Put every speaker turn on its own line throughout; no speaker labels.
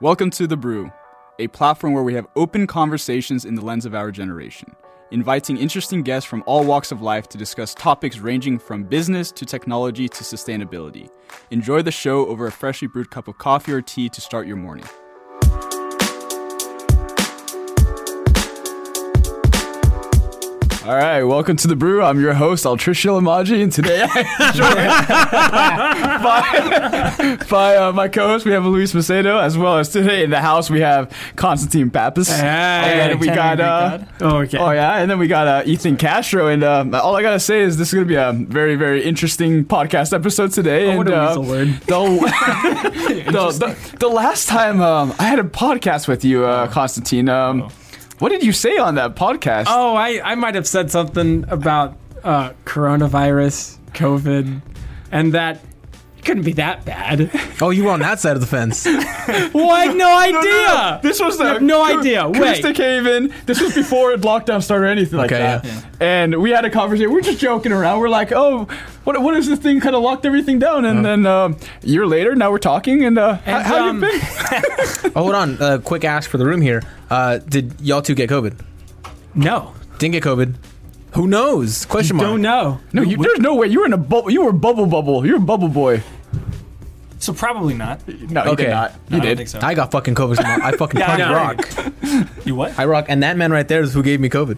Welcome to The Brew, a platform where we have open conversations in the lens of our generation, inviting interesting guests from all walks of life to discuss topics ranging from business to technology to sustainability. Enjoy the show over a freshly brewed cup of coffee or tea to start your morning. All right, welcome to the brew. I'm your host, Altricia Lamaji, and today I'm joined by, by uh, my co-host. We have Luis Macedo, as well as today in the house we have Constantine Pappas. and then we got uh,
Oh, okay.
oh yeah, and then we got uh, Ethan Castro. And uh, all I gotta say is this is gonna be a very very interesting podcast episode today.
Oh, what
and,
a
uh,
weasel word.
The, the, the, the last time um, I had a podcast with you, uh, Constantine. Um, What did you say on that podcast?
Oh, I, I might have said something about uh, coronavirus, COVID, and that it couldn't be that bad.
Oh, you were on that side of the fence.
well, I had no
No,
idea.
no, no. This was the
I have no idea. Wait.
Krista came in. This was before lockdown started or anything like
Okay,
that.
yeah.
And we had a conversation. We're just joking around. We're like, oh, what what is this thing? Kind of locked everything down. And then um, a year later, now we're talking. And, uh,
Uh-huh. And,
how, how
um,
you been?
oh, hold on. Uh, quick ask for the room here. Uh, did y'all two get COVID?
No, Oh,
Didn't get COVID. Who knows? Question mark.
don't know.
No, you, there's no way. You were in a bubble. You were bubble bubble. You were bubble boy.
So probably not.
No, you did
Okay.
not.
No,
You
I don't
did.
think so.
I got fucking COVID. I fucking
Yeah, I
punk
know.
rock.
You what?
I rock, and that man right there is who gave me COVID.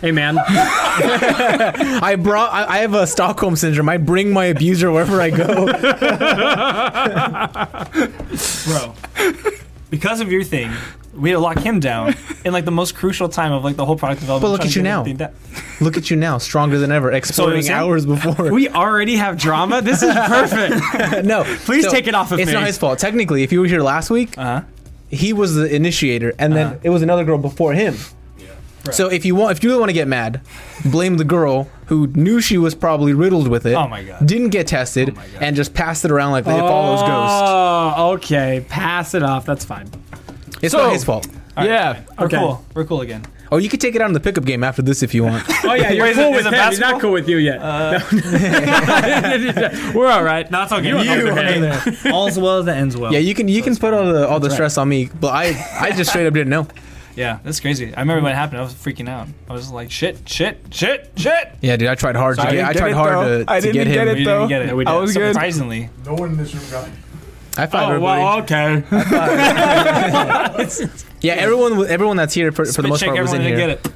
Hey, man.
I brought. I, I have a Stockholm syndrome. I bring my abuser wherever I go.
Bro. Because of your thing, we had to lock him down in like the most crucial time of like the whole product development.
But look
trying
at
to
you
get
now.
everything down.
Look at you now, stronger than ever, exploding
saying-
hours before.
we already have drama. This is perfect.
no,
Please take it off of
it's
me.
not his fault. Technically, if he was here last week,
Uh-huh.
he was the initiator, and then it was another girl before him. So if you want, if you really want to get mad, blame the girl who knew she was probably riddled with it.
Oh my God.
Didn't get tested and just passed it around like it follows ghosts.
Oh, okay. Pass it off. That's fine.
It's
So-
not his fault.
Yeah.
We're
Okay.
cool. We're cool again.
Oh, you could take it out in the pickup game after this if you want.
Oh yeah, you're
Wait, is it-
cool
is
with
it
him. He's
basketball? Uh,
not cool with you yet. We're all right.
No, it's okay. You,
All's well that ends well.
yeah, you can you can put all the all the stress on me, but I I just straight up didn't know.
Yeah, that's crazy. I remember when it happened. I was freaking out. I was like, shit, shit, shit, shit.
Yeah, dude, I tried hard
I
to get
didn't
I
get
tried
it,
hard
though.
to,
I
to
didn't
get him.
get it,
We
though.
didn't get
Yeah,
it.
we did. I was good.
Surprisingly.
No one in this room got it.
I
Oh,
find everybody.
Oh,
okay.
yeah, everyone wa- everyone that's here for, for the
Spit
most
check
part was
everyone
in
to
here.
get it.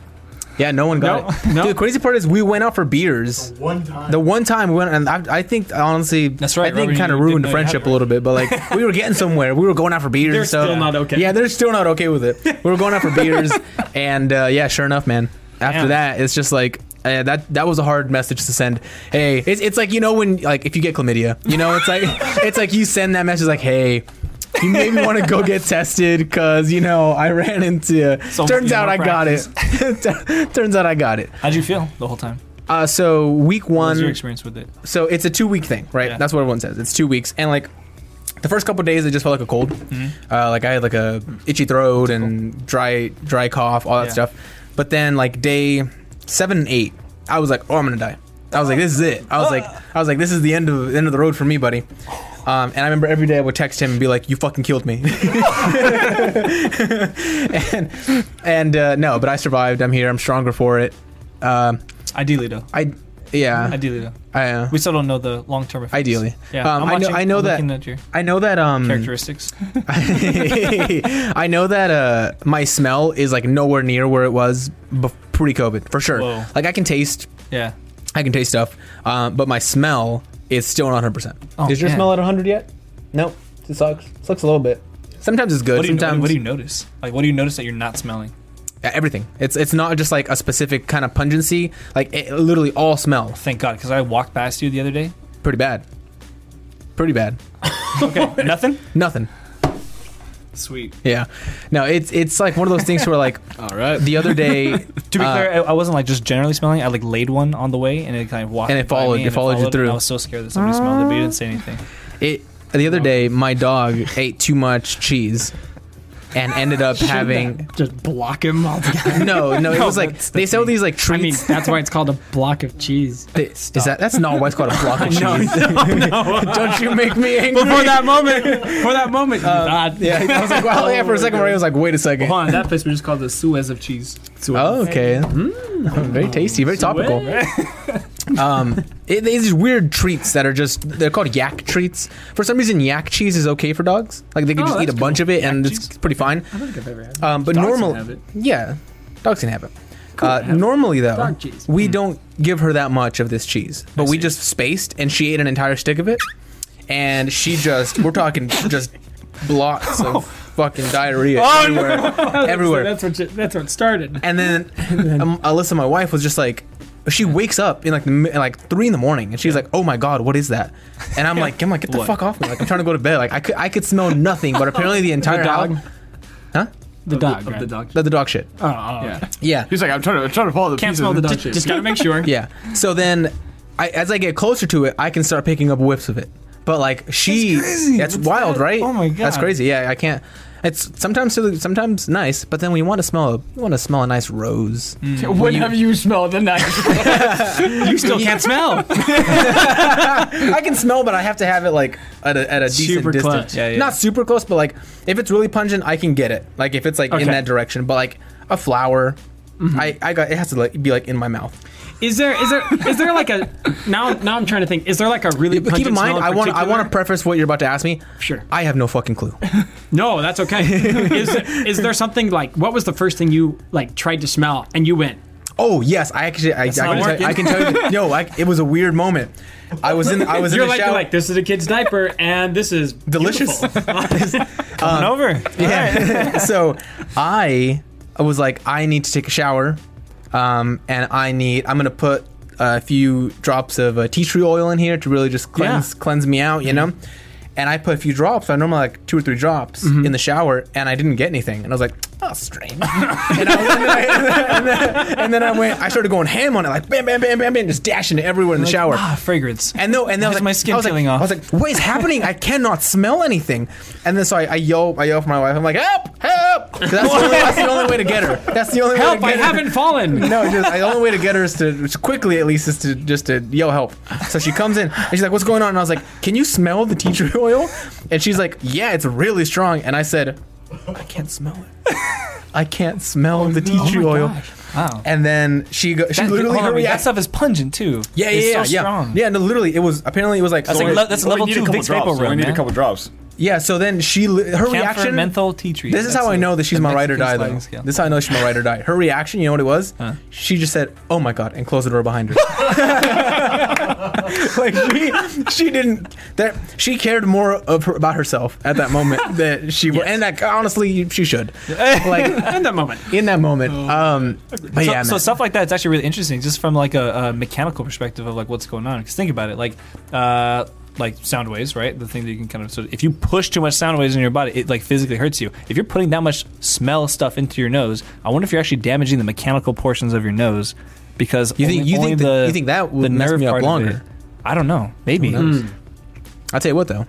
Yeah, no one got it.
no.
Dude, the crazy part is we went out for beers.
One time.
The one time we went, and I, I think honestly, that's
right,
I think
Robert,
kind of
you didn't
ruined
know
the
you had
friendship
it.
a little bit, but like we were getting somewhere. We were going out for beers.
They're
and stuff.
still not okay.
Yeah, they're still not okay with it. We were going out for beers, and uh, yeah, sure enough, man. After
Damn.
that, it's just like. Uh, that that was a hard message to send. Hey, it's, it's like you know when like if you get chlamydia, you know it's like it's like you send that message like, hey, you maybe want to go get tested because you know I ran into.
Some-
turns
you
out
know,
I got it. turns out I got it.
How'd you feel the whole time?
Uh, so week
What was your
one,
experience with it?
so it's a two week thing, right?
Yeah.
That's what everyone says. It's two weeks, and like the first couple days, it just felt like a cold.
Mm-hmm.
Uh, like I had like a itchy throat and dry dry cough, all that
Yeah.
stuff. But then like day seven and eight, I was like, oh, I'm gonna die. I was like, this is it. I was like, I was like, this is the end of end of the road for me, buddy. Um, and I remember every day I would text him and be like, "You fucking killed me." and and uh, no, but I survived. I'm here. I'm stronger for it. Um,
Ideally, though.
I yeah.
Ideally, though.
I, uh,
We still don't know the long term effects.
Ideally.
Yeah.
Um,
I'm
I know-
watching-
I know
I'm
that-
looking at your
I know that um
characteristics.
I know that uh my smell is like nowhere near where it was bef- pre-COVID for sure.
Whoa.
Like I can taste
Yeah.
I can taste stuff, um, but my smell is still not 100%.
Oh,
Is your
man.
smell at 100 yet? Nope. It sucks. It sucks a little bit. Sometimes it's good.
What do, you,
sometimes
what do you notice? Like, what do you notice that you're not smelling?
Yeah, everything. It's it's not just like a specific kind of pungency. Like it, literally all smell
Thank God, because I walked past you the other day.
pretty bad. Pretty bad.
Okay, nothing.
Nothing.
Sweet.
Yeah. No, it's it's like one of those things where like
All right.
the other day
To be
Uh,
clear, I, I wasn't like just generally smelling. I like laid one on the way, and it kind of walked.
And it
by
followed-
me,
it followed you
and
through.
I was so scared that somebody smelled it, but you didn't say anything.
It the other day, my dog ate too much cheese, and ended up having
Just block him altogether.
no, no. It was like
that's the
they sell these like
I mean,
treats.
that's why it's called a block of cheese.
They- is that that's not why it's called a block of cheese? Don't you make me angry?
For that moment, for that moment, you thought-
Um, yeah, I was like, wow, yeah. For a second, Ray was like, wait a second.
Hold on, that place we just called the Suez of cheese. Suez.
Oh, okay. Mm, very tasty, very topical. um, it, these these weird treats that are just, they're called yak treats. For some reason, yak cheese is okay for dogs. Like, they can
Oh,
just eat a
that's
bunch of it and it's
cheese.
pretty fine.
I don't think I've ever had.
Um, but
Dogs can
normal,
have it.
yeah, dogs can have it. uh, normally, though,
Dog cheese.
we don't give her that much of this cheese, but we just spaced and she ate an entire stick of it. And she just, we're talking just blocks of fucking diarrhea everywhere. everywhere.
That's what you- that's what started.
And then um, Alyssa, my wife, was just like, she wakes up in like the, mi- like three in the morning, and she's like, "Oh my god, what is that?" And I'm like, "I'm like, get the
What?
fuck off me!" Like I'm trying to go to bed. Like I could I could smell nothing, but apparently the entire
dog?
house- huh?
The dog.
Of the dog.
The, the dog shit.
Oh, oh,
Yeah.
Yeah,
He's like, I'm trying to, I'm trying to follow the
Can't
pieces.
smell the dog
Just-
shit.
just
gotta make sure.
yeah. So then, I, as I get closer to it, I can start picking up whiffs of it. But like she, that's, wild, right?
Oh my
that's
God.
crazy. Yeah, I can't. It's sometimes silly- sometimes nice, but then when you want to smell a you want to smell a nice rose.
Mm.
When have you smelled the night?
You still can't smell.
I can smell, but I have to have it like at a, at a decent
Super close.
distance.
Yeah, yeah.
Not super close, but like if it's really pungent, I can get it. Like if it's like in
Okay. Mm-hmm.
that direction, but like a flower, I, I got it has to like, be like in my mouth.
Is there is there is there like a now now I'm trying to think. Is there like a really
But keep in
pungent smell
mind, I want I want to preface what you're about to ask me.
Sure.
I have no fucking clue.
No, that's okay. is is there something like what was the first thing you like tried to smell and you went?
Oh yes, I actually I, I, can,
not
tell, I
working.
can tell you. No, I, it was a weird moment. I was in I was
You're
in the
like
shower.
you're like this is a kid's diaper and this is
delicious. Um,
Coming over.
Yeah. so I was like, I need to take a shower, um, and I need. I'm gonna put a few drops of uh, tea tree oil in here to really just cleanse cleanse me out, you
Mm-hmm.
know. And I put a few drops. I normally like two or three drops
Mm-hmm.
in the shower, and I didn't get anything. And I was like, "Oh, strange." and, I, and, then I, and, then, and then I went. I started going ham on it, like bam, bam, bam, bam, bam, just dashing it everywhere in the shower.
Ah, fragrance.
And no, and then I was
Why is
like,
my skin
I was like-
peeling off?
I was like, what is happening? I cannot smell anything. And then so I, I yell, I yell for my wife. I'm like, help, help. 'Cause That's the, only, that's the only way to get her. That's the only
Help!
way
I
to get her.
haven't fallen.
No, just, the only way to get her is to which quickly, at least, is to just to yell help. So she comes in and she's like, "What's going on?" And I was like, "Can you smell the tea tree oil?" And she's like, "Yeah, it's really strong." And I said, "I can't smell it. I can't smell the tea tree oil."
Wow.
And then she go, she
Oh That,
literally
hold
her
on, that
reaction.
stuff is pungent too.
Yeah,
It's
yeah,
so
yeah, yeah.
Strong.
Yeah, no, literally, it was apparently it was like
That's
so
like
it-
le- that's level two Vicks VapoRub.
We need
man.
a couple drops.
Yeah, so then she li- her
Camphor
reaction.
menthol tea tree.
this is
That's
how I
a-
know that she's
a
my ride or
Mexican
die
sliding
though.
scale.
This is how I know she's my ride or die. Her reaction, you know what it was?
Huh.
She just said, "Oh my god," and closed the door behind her. like she, she didn't that she cared more of her, about herself at that moment that she would, and like, honestly she should like
In that moment,
in that moment. Um, but
so,
yeah,
so
man.
stuff like that's actually really interesting, just from like a, a mechanical perspective of like what's going on. Because think about it, like uh, like sound waves, right? The thing that you can kind of sort of, if you push too much sound waves in your body, it like physically hurts you. If you're putting that much smell stuff into your nose, I wonder if you're actually damaging the mechanical portions of your nose because
You think-
only-
you think
only
that-
the,
you think that would
the
mess
nerve
me up
part of
longer?
it- I don't know. Maybe
knows? I'll tell you what though,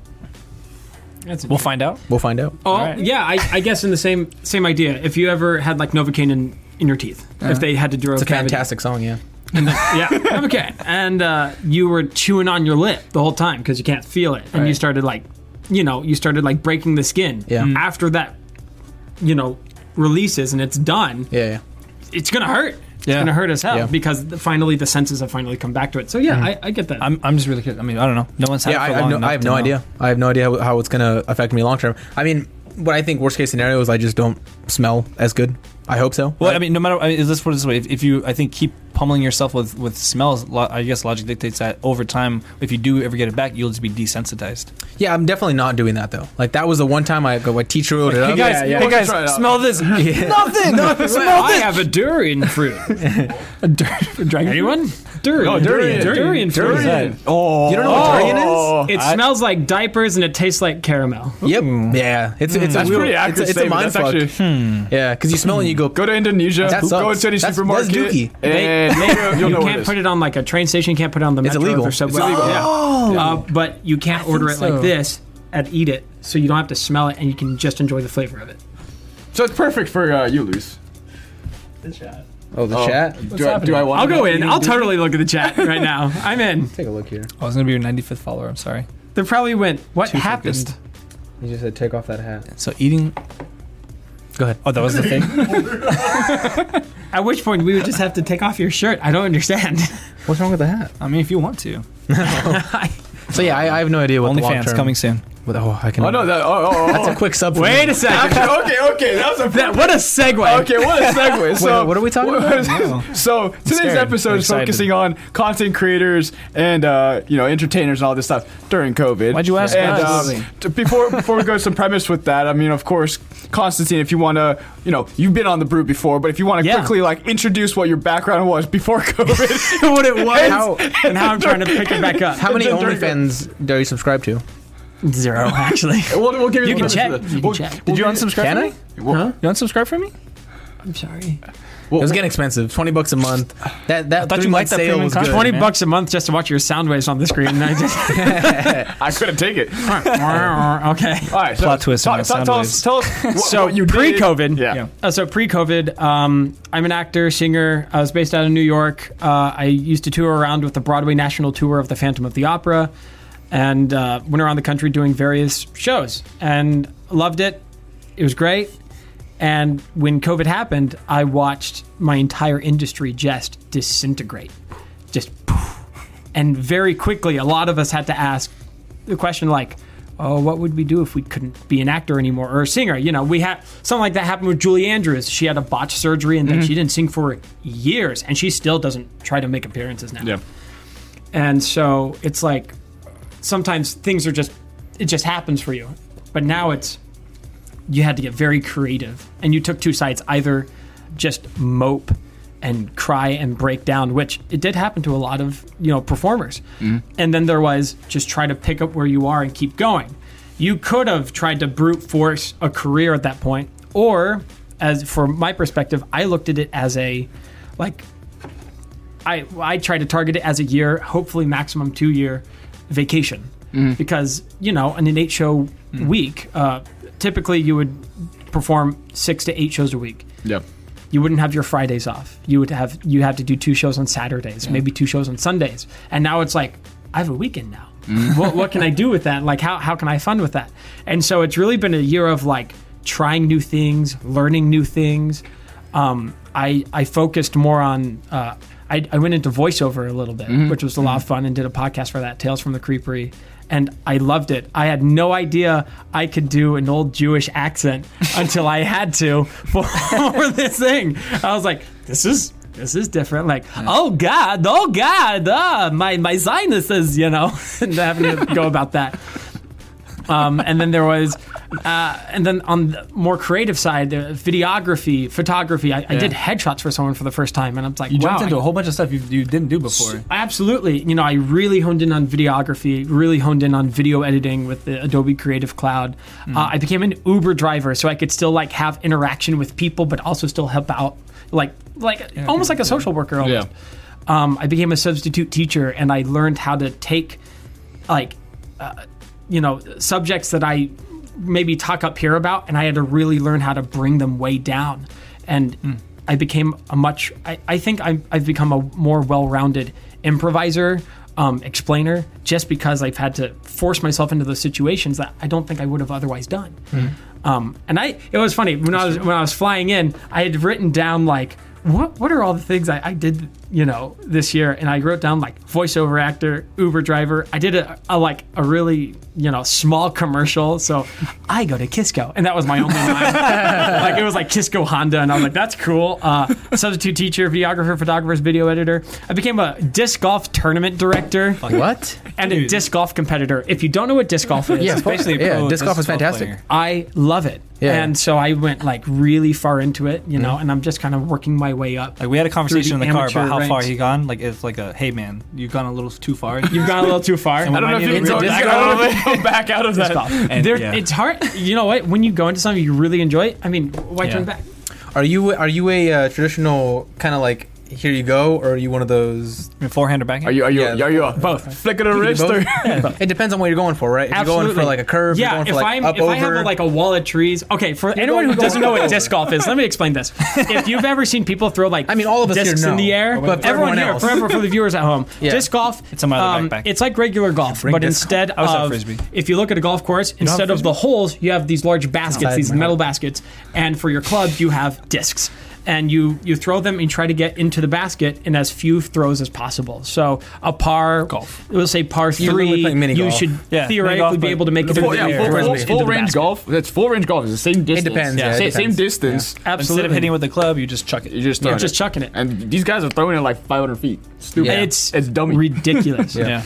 that's
we'll find out.
we'll find out.
Oh
Alright.
yeah, I, I guess in the same same idea. If you ever had like novocaine in, in your teeth, if they had to draw
It's
a
a
cavity-
fantastic song, yeah.
yeah, novocaine, and uh, you were chewing on your lip the whole time because you can't feel it, and you
Right.
started like, you know, you started like breaking the skin.
Yeah. Mm.
After that, you know, releases and it's done.
Yeah, yeah.
It's gonna hurt. It's
Yeah.
gonna hurt as hell
Yeah.
because the- finally the senses have finally come back to it. So yeah, I, I get that.
I'm, I'm just really curious. I mean, I don't know. No one's had
yeah,
it
I,
for
I have
long
no,
enough
I have
to
no
know.
idea. I have no idea how, how it's going to affect me long term. I mean, what I think worst case scenario is I just don't smell as good. I hope so.
Well, I mean, no matter I mean, is this what is this way? If, if you, I think, keep pummeling yourself with with smells, lo- I guess logic dictates that over time, if you do ever get it back, you'll just be desensitized.
yeah, I'm definitely not doing that though. Like that was the one time I go, I teacher wrote it up.
guys, Yeah, yeah. hey, guys, Try it out. smell
this.
nothing, nothing.
I have a durian fruit. a dur- dragon? Anyone? Durian.
No, durian.
Durian fruit.
Durian. Oh.
Oh,
You don't know what durian is?
It
I-
smells like diapers and it tastes like caramel.
Yep. Yeah, it's it's
That's
a weird,
pretty
it's, a-
accurate.
it's a
statement.
mind
That's
fuck.
actually-
Yeah, because you smell it and you go.
Go to Indonesia.
That
Go
sucks.
to any
That's- that's
supermarket.
dookie.
They,
And
they,
you'll
you
know what
can't put it on like a train station. You can't put it on the
It's
metro
illegal.
or
It's
subway.
illegal.
Yeah.
Oh.
Uh, but you can't order it
so.
like this and eat it, so you don't have to smell it, and you can just enjoy the flavor of it.
So it's perfect for uh, you, Luis.
Oh, the
Oh,
chat.
Do I, do I want?
I'll go in. I'll totally look at the chat right now. I'm in.
Take a look here.
I was gonna be your 95th follower. I'm sorry.
They probably went. What
Too
happened?
focused.
You just said take off that hat.
So eating. Go ahead. Oh, that was the thing.
At which point we would just have to take off your shirt. I don't understand.
What's wrong with the hat?
I mean, if you want to.
So yeah, I, I have no idea what the long
OnlyFans
term.
coming soon.
With, oh, I can.
Oh no! That, oh, oh, oh.
That's a quick sub. for
Wait
me.
a second.
okay, okay, that was a
That- what a segue.
Okay, what a segue. So,
what are we talking
about? so today's
scared.
episode
I'm
is
excited.
focusing on content creators and uh, you know entertainers and all this stuff during COVID.
Why'd you ask
And
us?
um, t- before before we go to some premise with that, I mean, of course, Constantine, if you want to, you know, you've been on the brew before, but if you want to
Yeah.
quickly like introduce what your background was before COVID,
what it was
How,
and how I'm trying to pick it back up.
how many
During-
OnlyFans do you subscribe to?
Zero, actually.
we'll, we'll give you,
You
the
can
premise
check.
of that.
You can
We'll-
check.
we'll
Did you
give
unsubscribe?
Can
from
I?
me?
We'll,
You unsubscribe from me?
I'm sorry.
It was getting expensive. Twenty bucks a month. That that
thought you
three month
liked that
sale
premium
was
content.
good.
20
man.
bucks a month just to watch your sound waves on the screen. And I just.
I couldn't take it.
okay.
All right, so
Plot twist
Tell,
on
tell,
sound
tell
waves.
us, tell us. What,
So
what you did.
pre-COVID,
yeah.
Yeah.
Uh, so pre-COVID, um, I'm an actor, singer. I was based out of New York. Uh, I used to tour around with the Broadway national tour of the Phantom of the Opera, and uh, went around the country doing various shows and loved it. It was great. And when COVID happened, I watched my entire industry just disintegrate, just, poof. and very quickly, a lot of us had to ask the question like, oh, what would we do if we couldn't be an actor anymore or a singer? You know, we had something like that happened with Julie Andrews. She had a botched surgery and then she didn't sing for years, and she still doesn't try to make appearances now.
Yeah.
And so it's like sometimes things are just it just happens for you. But now it's you had to get very creative and you took two sides either just mope and cry and break down which it did happen to a lot of you know performers and then there was just try to pick up where you are and keep going you could have tried to brute force a career at that point or as from my perspective i looked at it as a like I I try to target it as a year, hopefully maximum two year vacation, because you know in an eight show week, uh, typically you would perform six to eight shows a week.
Yeah.
You wouldn't have your Fridays off. You would have you have to do two shows on Saturdays, maybe two shows on Sundays, and now it's like I have a weekend now. what what can I do with that? Like how how can I fund with that? And so it's really been a year of like trying new things, learning new things, um, I I focused more on. Uh, I, I went into voiceover a little bit, which was a lot of fun, and did a podcast for that, Tales from the Creepery, and I loved it. I had no idea I could do an old Jewish accent until I had to for, for this thing. I was like, this is this is different. Like, oh God, oh God, ah, my my sinuses, you know, and having to go about that. Um, and then there was, uh, and then on the more creative side, the videography, photography. I, I did headshots for someone for the first time, and I'm like,
You
wow,
jumped into
I-
a whole bunch of stuff you, you didn't do before.
Absolutely. You know, I really honed in on videography, really honed in on video editing with the Adobe Creative Cloud. Uh, I became an Uber driver so I could still like have interaction with people, but also still help out, like like almost like a social worker. Almost. Um, I became a substitute teacher and I learned how to take like uh, you know subjects that I maybe talk up here about, and I had to really learn how to bring them way down. And I became a much. I, I think I'm, I've become a more well-rounded improviser, um, explainer, just because I've had to force myself into those situations that I don't think I would have otherwise done. Um, and I, it was funny when I was when I was flying in, I had written down like what what are all the things I, I did you know this year and i wrote down like voiceover actor uber driver i did a, a like a really you know small commercial so i go to kisco and that was my only line like it was like kisco honda and i was like that's cool uh, substitute teacher videographer photographers video editor i became a disc golf tournament director
What?
and a disc golf competitor if you don't know what disc golf is
Yeah,
Basically, oh,
yeah.
pro
Disc golf is
disc golf
fantastic.
player.
I love it.
Yeah.
And so I went like really far into it, you know,
Mm-hmm.
and I'm just kind of working my way up.
Like we had a conversation in
Through the
the car
amateur
about how far
ranks.
he gone. Like it's like a hey man, you've gone a little too far.
You've gone a little too far.
I don't know if you
It's
can go
a disc
back- I don't know if you can go back out of
Disc
that.
golf.
And-
There-
yeah.
It's hard. You know what? When you go into something you really enjoy, I mean, why
Yeah.
turn back?
Are you are you a uh, traditional kind of like here you go, or are you one of those?
I mean, forehand or backhand?
Are you are you
Yeah,
are you a
Both.
flick of the wrist or?
It depends on what you're going for, right? If you're going for like a curve,
yeah.
you're going for
if
like
I'm
up
if
over.
I have like a wall of trees, okay. For anyone
going-
who doesn't know
going
what
over.
disc golf is, let me explain this. If you've ever seen people throw like,
I mean, all of us here
discs in
know,
the air,
but for
everyone
everyone
here,
else-
forever for the viewers at home,
Yeah.
disc golf. um,
It's on my other backpack.
It's like regular golf, but
disc golf.
instead
I was at
of
Frisbee.
if you look at a golf course,
have
instead of the holes, you have these large baskets,
Outside
these
my
metal baskets, and for your club, you have discs. And you, you throw them and try to get into the basket in as few throws as possible. So a par,
Golf.
we'll say par
You're literally
three,
playing mini
you
golf.
should
Yeah,
theoretically
mini golf,
be
but-
able to make it
Full,
into the
yeah, full,
air.
full,
Frisbee.
full
Into the
range
basket.
golf. That's full range golf. It's the same distance.
depends, yeah, it
Sa- same,
depends.
distance.
Absolutely.
Instead of hitting with the club, you just chuck it.
You're just throwing
just
it.
chucking it.
And these guys are throwing it like 500 feet. Stupid.
Yeah.
It's
It's dummy.
ridiculous.
Yeah.
yeah.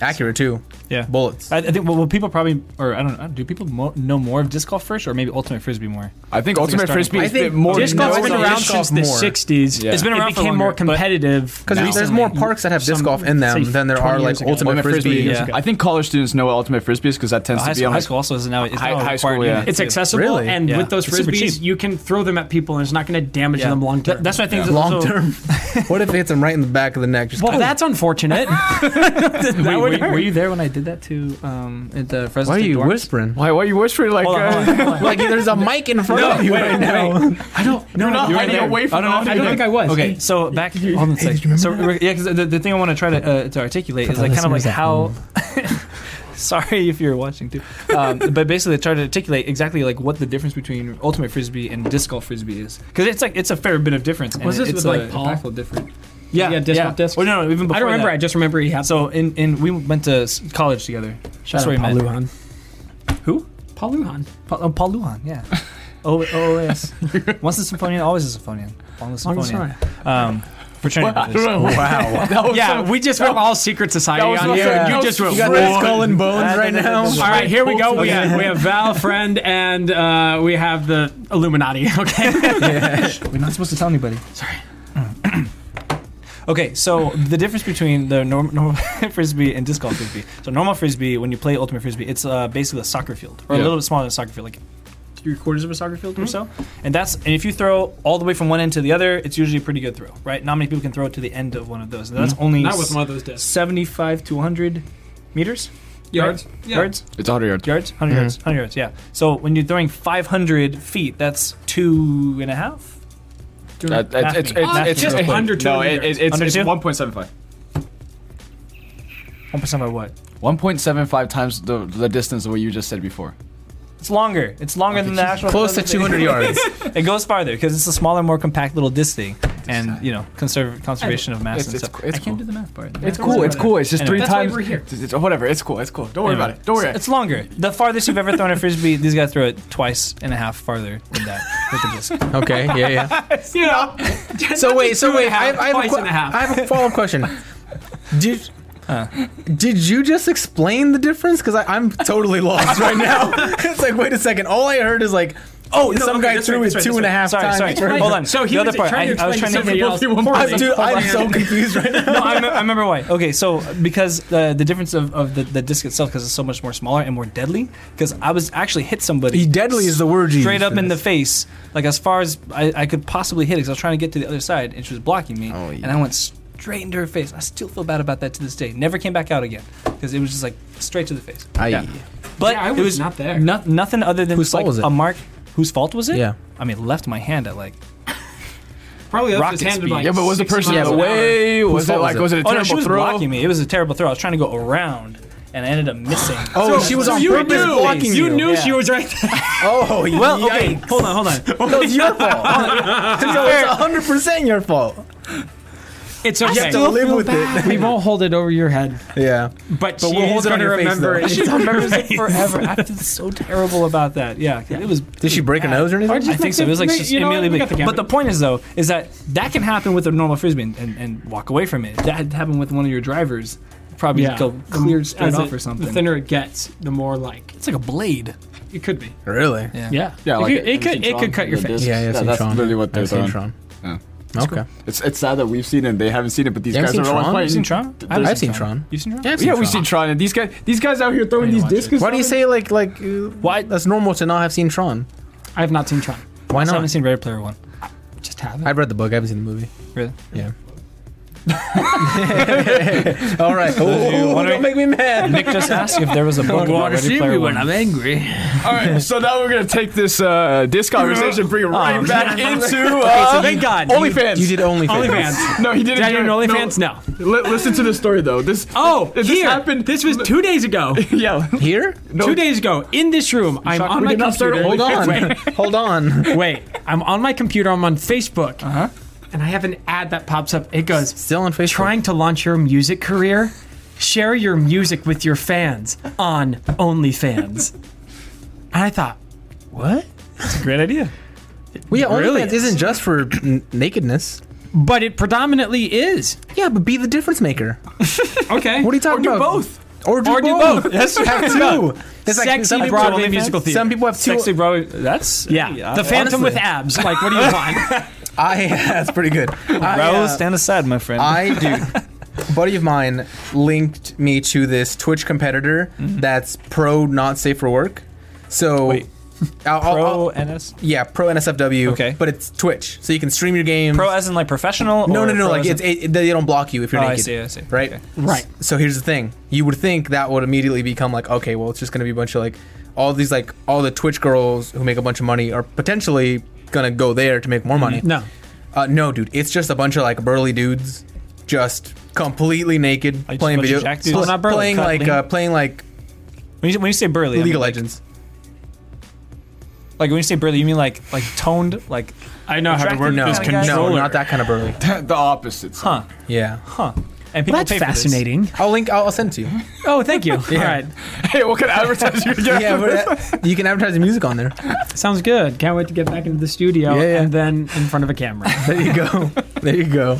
accurate too.
Yeah.
Bullets.
I, I think well, well, people probably or I don't know. Do people mo- know more of disc golf first, or maybe ultimate frisbee more?
I think
That's like a
ultimate frisbee
starting point.
is a
I think
bit more.
Disc
No,
golf's
it's
been
not.
around
Disc golf
since the
more.
60s.
Yeah. It's
been around
It
for
became more
longer, but-
competitive. now.
Because there's more parks that have disc
Some-
golf in them
say
than there
20
are
years
like
ago.
ultimate frisbee.
years
yeah.
ago.
I think college students know what ultimate frisbee is because that tends to
High
be
school,
on
high
like,
school also is now it's
High-
now
high
required
school,
to
yeah.
do that,
It's
too.
accessible,
Really?
and
Yeah.
with those
It's super
frisbees,
cheap.
you can throw them at people, and it's not going to damage
Yeah.
them long
Th-
term.
that's what I think. is
Long
also-
term. what if it hits him right in the back of the neck? Just
well, that's unfortunate.
Wait,
would
were,
hurt.
were you there when I did that to um, at the Fresno
why are
State
you
dorm?
whispering?
Why, why are you whispering like
Hold on, hold on,
uh,
hold on.
Like there's a mic in front of you right now.
I don't. No,
not
you were
hiding
there.
away from
I don't, know
the
if you
audience.
were there.
I was.
Okay, so back. Hold on a second. So we're- yeah, because the, the thing I want to try to uh, to articulate is
the
like kind of like
listeners at
how. Sorry if you're watching too, um, but basically try to articulate exactly like what the difference between ultimate frisbee and disc golf frisbee is, because it's like it's a fair bit of difference. and
Was this
it's
with,
a
like, Paul?
impactful different?
Yeah, disc golf discs?
Well, no, no, even before
I don't remember.
that.
I just remember he had.
so in in we went to s- college together.
Shout
That's where
out
we
Paul
met.
Luhan.
Who?
Paul Luhan.
Paul, oh, Paul Luhan, yeah. O- OOS. Once a symphonian, always a symphonian. Always a
Long
symphonian. Um, fraternity
I
brothers.
don't know. Wow. that was
Yeah,
some-
we just went all secret society
That was
on
so-
you.
yeah.
You just went.
You got
Roy.
that skull and bones right now.
all right, here we go. We have, we have Val, friend, and uh, we have the Illuminati. Okay.
We're not supposed to tell anybody. Sorry. okay, so the difference between the norm, normal frisbee and disc golf frisbee. So normal frisbee, when you play ultimate frisbee, it's uh, basically a soccer field or
Yeah.
a little bit smaller than a soccer field, like
Three quarters of a soccer field
or so. And that's and if you throw all the way from one end to the other, it's usually a pretty good throw, right? Not many people can throw it to the end of one of those. And that's only
Mm. Not with one of those discs.
75 to 100 meters?
Yards. Yeah.
Yards?
It's 100 yards.
Yards? 100 yards. 100 yards, yeah. So when you're throwing 500 feet, that's two and a half?
That-
Math
it's, it's,
me.
it's,
Math
it's
me real
just
quick.
under two. No, it, it, it's,
Under
it's
two?
1.75.
1% by what?
1.75 times the, the distance of what you just said before.
It's longer. It's longer than the actual.
Close to 200 yards.
It goes farther because it's a smaller, more compact little disc thing, and you know, conserv- conservation of mass
It's-
and
it's
stuff.
cool- it's
I
cool.
can't do the math part.
It's cool. It's cool. It's just
Anyway.
three
That's
why
times.
we're here.
It's, it's- whatever. It's cool. It's cool. Don't worry
Anyway,
about it. Don't worry.
It's longer. The farthest you've ever thrown a frisbee, these guys throw it twice and a half farther than that with the disc.
Okay, yeah, yeah.
you know,
So wait, so wait. I, I, have, a
Twice
que-
and a half.
I have a follow-up question. Did did you just explain the difference? Because I'm totally lost right now. it's like, wait a second. All I heard is like, oh, some guy threw it two and a half
Sorry, sorry.
times. further.
Hold on.
So he
the
was
other part.
trying to
I, I was
explain
trying to
something else.
I'm, dude, I'm so confused right now.
no, I, me- I remember why. Okay, so because the the difference of, of the, the disc itself, because it's so much more smaller and more deadly. Because I was actually hit somebody.
He deadly is the word you
Straight
used
up
for
in the
this.
face, like as far as I, I could possibly hit, because I was trying to get to the other side, and she was blocking me,
Oh, yeah.
and I went straight into her face. I still feel bad about that to this day. Never came back out again because it was just like straight to the face.
I,
But
Yeah, I
it
was
was
not there.
no- nothing other than
Whose fault
like,
was it?
a mark. Whose fault was it?
Yeah.
I mean, it left my hand at like.
probably left his
Rocket
hand in
speed.
like
Yeah, but was the
six
person
miles
out of
an
the
hour.
way? Was
Whose fault
it like
was
was
it?
it a
Oh no, she
terrible
was
throw?
blocking me. It was a terrible throw. I was trying to go around, and I ended up missing.
oh, she was on
You
purpose
knew.
blocking
you
you.
knew
Yeah.
she was right there.
Oh,
Well, okay. Hold on, hold on.
That was your fault. so it's 100 percent your fault.
It's
You
okay.
have to live with it.
we won't hold it over your head,
Yeah.
but,
But
she
we'll
is
hold it on
gonna
your face,
remember
though.
it.
She remembers it forever. I feel so terrible about that. Yeah, 'cause it was.
Did she break her nose or anything?
I think so. It was like
You
just
know what?
immediately.
We got the camera.
but the point is though, is that that can happen with a normal frisbee and, and, and walk away from it. That had happened with one of your drivers. Probably go clear straight
As
off
it-
or something.
The thinner it gets, the more like
it's like a blade.
it could be.
Really?
Yeah,
Yeah,
it,
like
could, it could it could cut your face.
Yeah, yeah, I've seen
that's
Tron.
literally what they're
I've seen
doing.
Tron.
Yeah.
Okay.
It's it's sad that we've seen it and they haven't seen it, but these
You
guys
haven't
are
seen
always
Tron?
fighting.
You seen Tron? I
I've
haven't
seen Tron.
You've seen Tron?
Yeah,
Yeah, we've seen Tron, and these guys these guys out here throwing these discs.
Why do you say like like uh,
Why-
that's normal to not have seen Tron?
I have not seen Tron.
Why
I haven't
not?
seen Red Player One.
Just Haven't.
I've read the book. I haven't seen the movie.
Really?
Yeah. All right.
you
Oh, don't
wondering-
make me mad.
Nick just asked if there was a book about Ready Player One.
angry.
All right, so now we're gonna take this uh, disc conversation, bring it right
Oh.
back into
Okay,
uh,
so thank God.
OnlyFans.
You did OnlyFans.
OnlyFans.
No, he didn't.
Did I
do
do an
it.
OnlyFans? No.
Li- listen to the story though. This
Oh,
this
here.
happened.
This was two days ago.
yeah.
Here?
No.
Two days ago, in this room, I'm
shocked
on
we
my
did not start
computer.
Hold on. Hold on.
Wait, I'm on my computer. I'm on Facebook, and I have an ad that pops up. It goes,
Still on Facebook.
"Trying to launch your music career? Share your music with your fans on OnlyFans." and I thought,
What?
Great idea.
Well, yeah, OnlyFans
Really?
isn't just for n- nakedness.
but it predominantly is
Yeah, but be the difference maker.
okay.
What are
Or
you talking
do
about?
both.
Or do
Or do
both.
both.
Yes, you have two. It's like
Sexy
some people-
Broadway musical theater.
Some people have two.
Sexy bro. That's uh,
yeah, the Phantom with abs. Like, what do you want?
I. That's pretty good. I,
Bro,
uh,
stand aside, my friend.
I dude, a buddy of mine linked me to this Twitch competitor that's pro not safe for work. So,
Mm-hmm. Wait.
I'll- I'll-
pro
I'll-
NS.
yeah, pro NSFW.
Okay.
but it's Twitch, so you can stream your games.
Pro as in like professional.
no,
or
no, no,
pro
Like
as in-
it's it, they don't block you if you're
Oh, I
naked.
see, I see.
Right.
Okay.
Right.
So here's the thing: you would think that would immediately become like, okay, well, it's just gonna be a bunch of like all these like all the Twitch girls who make a bunch of money are potentially gonna go there to
Mm-hmm.
make more money.
No.
Uh, no, dude, it's just a bunch of like burly dudes, just completely naked
Like, just
playing
a bunch of
video,
jack dudes.
pl-
Oh, not
burly,
playing
cuddly.
like uh, playing like
when you, when you say burly, I
League
mean,
of
like,
Legends.
like when you say burly, you mean like like toned, like
I know
how to work
No,
this
this
kinda guy.
no,
controller.
not that kind of burly.
the opposite.
huh,
Yeah,
huh. And people
Well, that's
pay for this.
fascinating.
I'll link. I'll, I'll send it to you.
Oh, thank you. All right,
Hey, what kind of advertising you get?
yeah, but, uh, you can advertise the music on there.
sounds good. Can't wait to get back into the studio
Yeah, yeah.
and then in front of a camera.
There you go. There you go.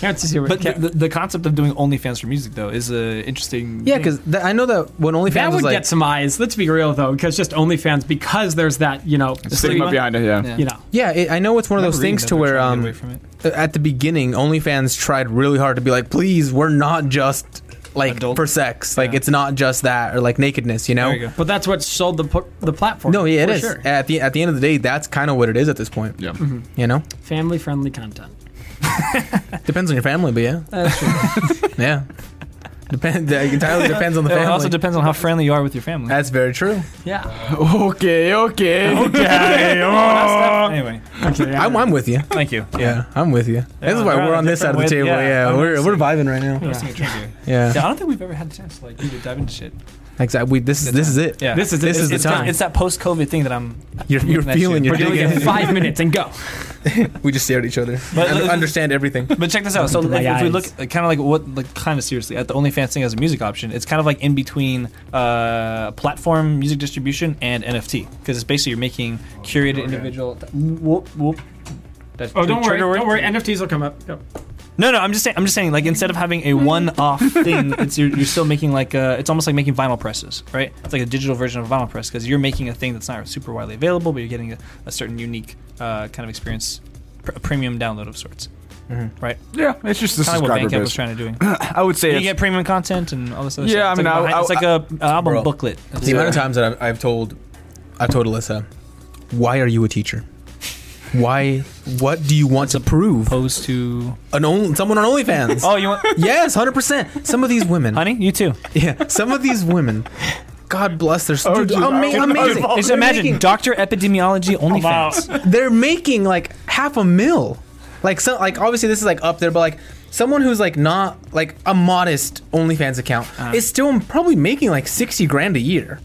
Can't see what.
But
ca-
the, the concept of doing OnlyFans for music though is a interesting.
Yeah,
thing.
because I know that when OnlyFans
That
was
would
like,
get some eyes. Let's be real though, because just OnlyFans, because there's that you know,
Stigma behind it. Yeah.
Yeah.
you know,
yeah, it, I know it's one of those
Remember reading
things
that,
to
but
where
trying to get
um,
away from it.
at the beginning, OnlyFans tried really hard to be like, please, we're not just like
Adult.
for sex, like
Yeah.
it's not just that or like nakedness, you know.
There you go.
but that's what sold the pl- the platform.
No, yeah, it
for
is.
sure.
At the at the end of the day, that's kind of what it is at this point.
Yeah.
You know,
family friendly content.
depends on your family, but yeah,
That's true.
yeah, depends. entirely depends on the
It
family.
also depends on how friendly you are with your family.
that's very true.
yeah.
Mm-hmm. Okay. Okay. Oh. Okay.
anyway,
Okay,
I'm, I'm with you.
thank you.
Yeah, I'm with you. this is
Yeah,
why
we're
we're
on
on this side of the
different
table.
wave- yeah,
Yeah,
I'm
we're, we're vibing right now.
Let's take a drink here.
Yeah,
Yeah, I don't think we've ever had a chance to like really dive into shit.
exactly. We, this is this is it.
Yeah.
this is this is the
it's that-
time.
it's that post-COVID thing that I'm.
You're, you're
Next
feeling.
year.
You're
We're doing it in
digging.
five minutes and go.
We just stare at each other.
But-
and understand everything.
But check this out. So if,
my
if we
eyes.
look kind of like what, like kind of seriously at the OnlyFans thing as a music option, it's kind of like in between uh, platform music distribution and NFT because it's basically you're making curated individual. Whoop whoop. That's
Oh, don't worry.
trigger word.
Don't worry. NFTs will come up. Go.
No, no. I'm just saying. I'm just saying. Like instead of having a one-off thing, it's you're, you're still making like uh It's almost like making vinyl presses, right? It's like a digital version of a vinyl press because you're making a thing that's not super widely available, but you're getting a, a certain unique uh, kind of experience, pr- a premium download of sorts, right?
Yeah. It's just the
Kind of what
subscriber
Bandcamp was
base.
trying to doing.
I would say
you
it's
get premium content and all this other
Yeah,
stuff.
I mean, I-
it's like, behind- it's like a, a album
Bro.
booklet.
The amount of times that I've, I've told, I've told Alyssa, why are you a teacher? Why? What do you want to prove?
opposed to
An only, someone on OnlyFans.
oh, you want
Yes, hundred percent. Some of these women,
honey? You too.
yeah, some of these women. God bless their
Oh,
dude,
dude,
ama-
I would-
amazing.
I would-
Just
They're
imagine
making-
Doctor Epidemiology OnlyFans.
they're making like half a mil. Like some like obviously this is like up there, but like someone who's like not like a modest OnlyFans account is still probably making like sixty grand a year.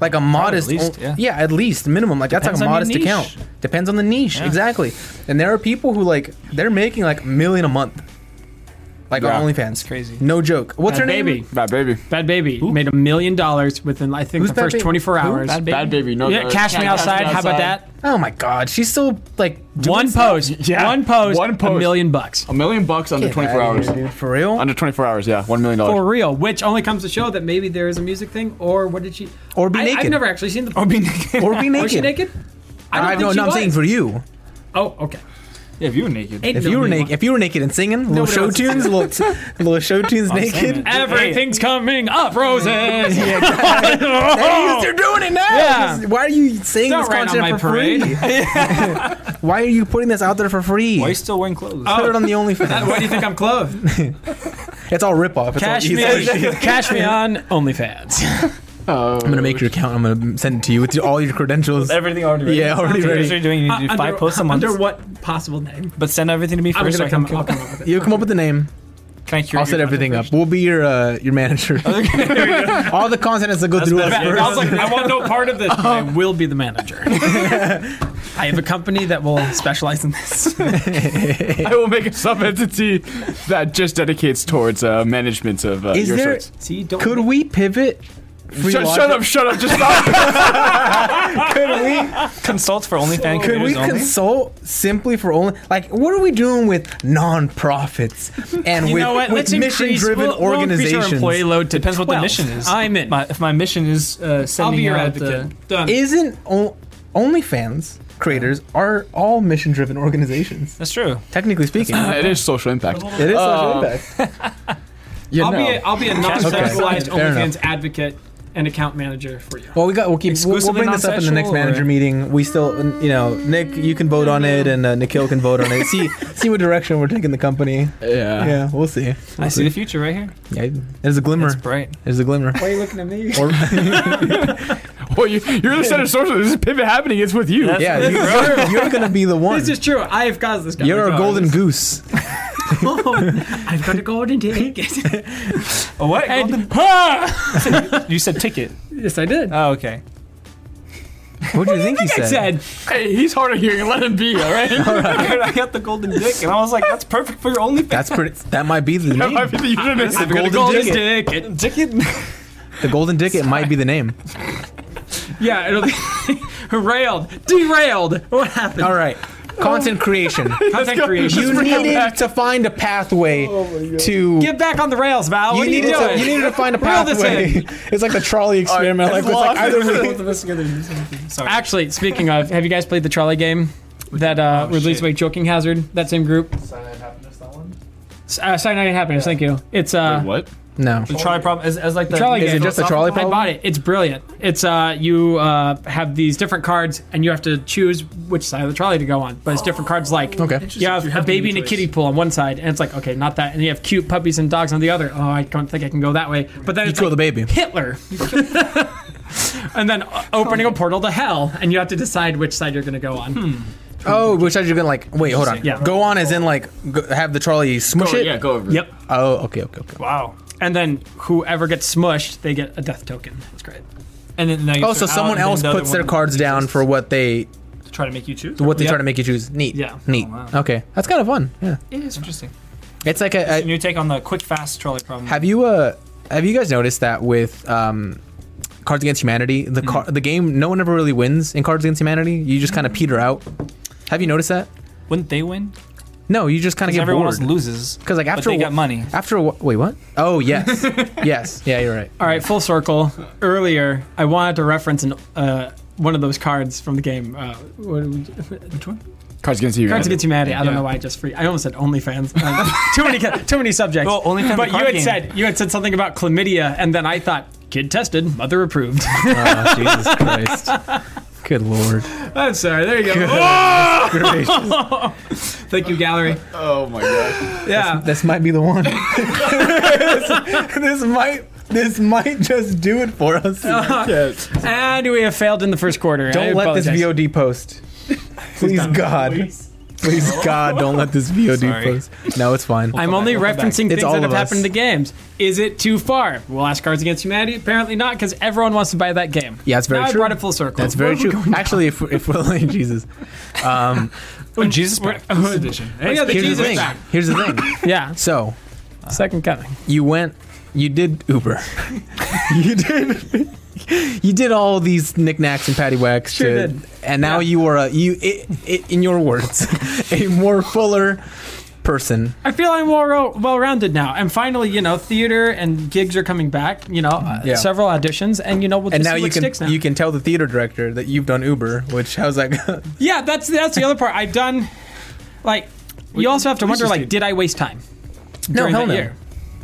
Like a modest,
least,
on-
yeah.
at least minimum. Like that's
Depends
like
on
a
your
modest
niche.
account. Depends on the niche, exactly. And there are people who like they're making like a million a month, like
Yeah.
on OnlyFans.
crazy.
No joke. What's
Bad
her name?
baby.
Bad baby.
Bad baby made a million dollars within I think
Who's
the
Bad
first
Baby?
24
Who?
hours.
Bad
Bad baby. No.
yeah,
no,
cash me outside. How about that?
Oh my god, she's so like doing
One
stuff.
post.
Yeah.
One post.
One
A
post.
million bucks.
A million bucks under
Get
24
outta
hours.
here, dude. for real,
Under 24 hours. Yeah. One million dollars.
for real, which only comes to show that maybe there is a music thing, or what did she?
Or be
I,
naked.
I've never actually seen the.
Or be naked.
or be naked.
Was she naked?
I
don't think
don't know.
she
No, I'm saying
was.
for you.
Oh, okay.
Yeah, if you were naked.
Ain't
If you were
nobody
naked, if you were naked and singing little
Nobody
show
wants to
tunes, little little show tunes naked.
singing.
wa- everything's coming up, roses. yeah,
Hey, you're doing it now.
Yeah.
Just- Why are you saying
Don't
this
rain on
content
my
for
parade.
free? Why are you putting this out there for free?
Why are you still wearing clothes?
Oh,
Put it on the OnlyFans.
Why do you think I'm clothed?
It's all rip off. It's all
cash
easy.
me, on, cash me on OnlyFans.
I'm gonna make your account. I'm gonna send it to you with all your credentials.
Everything already ready.
Yeah, already
That's what
ready.
You're doing. You
Uh,
need to do five posts a month,
Under what possible name?
but send everything to me 1st
I'm gonna come. I'll
can,
come up with it.
You come up with a name.
can I curate
I'll set
your
everything up.
content
We'll be your uh, your manager. all the content has to go through us
better.
first.
I was like, I want no part of this. I
Uh,
will be the manager. I have a company that will specialize in this.
I will make a sub entity that just dedicates towards uh, management of uh,
Is
your
there-
sorts.
See, don't
Could we pivot? Free
Shut,
logic?
shut up! Shut up! Just stop.
Could we?
first. Consult for OnlyFans
Could we
creators only.
consult simply for only like what are we doing with nonprofits and
You
with,
know what? Let's
mission
increase
driven
we'll, we'll increase our
organizations?
employee load to
Depends what
12.
the mission is.
I'm in.
My, if my mission is uh,
I'll
sending
be your
out uh,
advocate. Done.
Isn't o- OnlyFans creators are all mission driven organizations?
that's true.
Technically speaking,
it
it
is social impact.
is
Uh,
social impact.
You
I'll
know.
be a, I'll be a non-sexualized
Okay. Fair
OnlyFans advocate and account manager for you.
Well, we got. We'll keep. We'll, we'll
exclusively
bring this up in the next
non-sexual
manager
or-
meeting. We still, you know, Nick, you can vote on it, and uh, Nikhil can vote on it. See, see what direction we're taking the company.
yeah.
Yeah, we'll see.
I see the future right here.
Yeah, there's a glimmer.
It's bright.
There's a glimmer.
Why are you looking at me?
Or,
Well, you, you're the center social. This is pivot happening. It's with you.
That's-
yeah, you're, you're gonna be the one.
This is true. I have caused this. guy.
You're a
Oh,
golden goose.
I've got a golden ticket.
Oh, what? Ha! you said ticket.
yes, I did.
Oh, okay.
What do you think he said?
Hey, he's hard of hearing. Let him be. All right.
I got the golden dick, and I was like, that's perfect for your OnlyFans.
That's pretty. That might be the
That might
name.
be the unanimous.
The golden, dicket.
Golden ticket.
The golden dicket might be the name.
Yeah, it'll be railed, derailed. What happened?
All right. Content creation.
Content creation.
You needed to find a pathway to.
Get back on the rails, Val. What are you
needed
doing?
to, you needed to find a
Reel this
pathway. It's like the trolley experiment. Like,
it's
it's like
locked.
either way.
Actually, speaking of, have you guys played the trolley game that uh, released by Choking Hazard? That same group. S- Uh, Cyanide and Happiness. Thank you. It's uh,
What?
No.
The trolley problem as, as like the
Trolley
Is it
game.
just a trolley
I
problem?
bought it. It's brilliant. It's uh, you uh, have these different cards, and you have to choose which side of the trolley to go on. But it's different cards like
Okay.
you have,
You have
a baby
to make
and a
a
kiddie pool on one side, and it's like okay, not that. And you have cute puppies and dogs on the other. Oh, I don't think I can go that way. But then
You
it's
kill
like,
the baby.
Hitler. and then uh, opening a portal to hell, and you have to decide which side you're going to go on.
Hmm.
Oh, which side you're gonna like? Wait, hold on.
Yeah.
Go on, as in like go, have the trolley smush it.
go over.
Yep.
Oh, okay, okay, okay.
Wow.
And then whoever gets smushed, they get a death token. That's great.
And then now you
Oh, so
throw it out,
someone
and then
else
the other
puts their
one
cards down
just
for what they
to try to make you choose.
what they
Yep.
try to make you choose. Neat.
Yeah.
Neat.
Oh, wow.
Okay, that's kind of fun. Yeah.
It is interesting.
It's like a, a
And you take on the quick fast trolley problem.
Have you uh have you guys noticed that with um Cards Against Humanity,
Mm-hmm.
the car- the game no one ever really wins in Cards Against Humanity. You just kind of peter out. Have you noticed that?
Wouldn't they win?
No, you just kind of
Because
get
everyone
bored.
else loses.
Because like after
but they
a wh-
got money.
After a wh- wait, what? Oh yes, yes, yeah, you're right.
All right, full circle. Earlier, I wanted to reference an, uh, one of those cards from the game. Uh, what, which one?
Cards Against Humanity.
Cards Against Humanity. I don't
Yeah.
know why I just free. I almost said OnlyFans. Um, too many, ca- too many subjects.
Well, OnlyFans
But you
the card
had
game.
said you had said something about chlamydia, and then I thought kid tested, mother approved.
Oh, Jesus Christ. Good lord.
I'm sorry. There you go.
Gracious.
Thank you, gallery.
Oh my god.
Yeah.
this might be the one. this, this might this might just do it for us.
and we have failed in the first quarter. I
Don't let this
apologize.
VOD post. Please God. Please. God, don't let this VOD
Sorry.
post. No, it's fine.
I'm only referencing
It's
things
all
that
of
have
us.
happened in the games. Is it too far? We'll ask Cards Against Humanity. Apparently not, because everyone wants to buy that game.
Yeah, it's very
now I
true.
brought it full circle.
That's very true. Actually, if, if we're like Jesus, um,
Oh, Jesus back. This edition.
Oh, yeah, the
here's the
Jesus
thing.
fact.
Here's the thing.
Yeah,
So
second coming.
you went, you did Uber. you did. You did all these knickknacks and paddywhacks,
Sure
to-
did.
and now you are a you, i i in your words, a more fuller person.
I feel I'm well well rounded now. And finally, you know, theater and gigs are coming back. You know, uh,
Yeah.
several auditions, and you know, we'll just
and now
see
you
what
can
sticks now.
you can tell the theater director that you've done Uber, which how's that? go-
yeah, that's that's the other part. I've done. Like, you also have to
we
wonder,
just
like,
did-
did I waste time?
No,
during
hell
that
no.
year.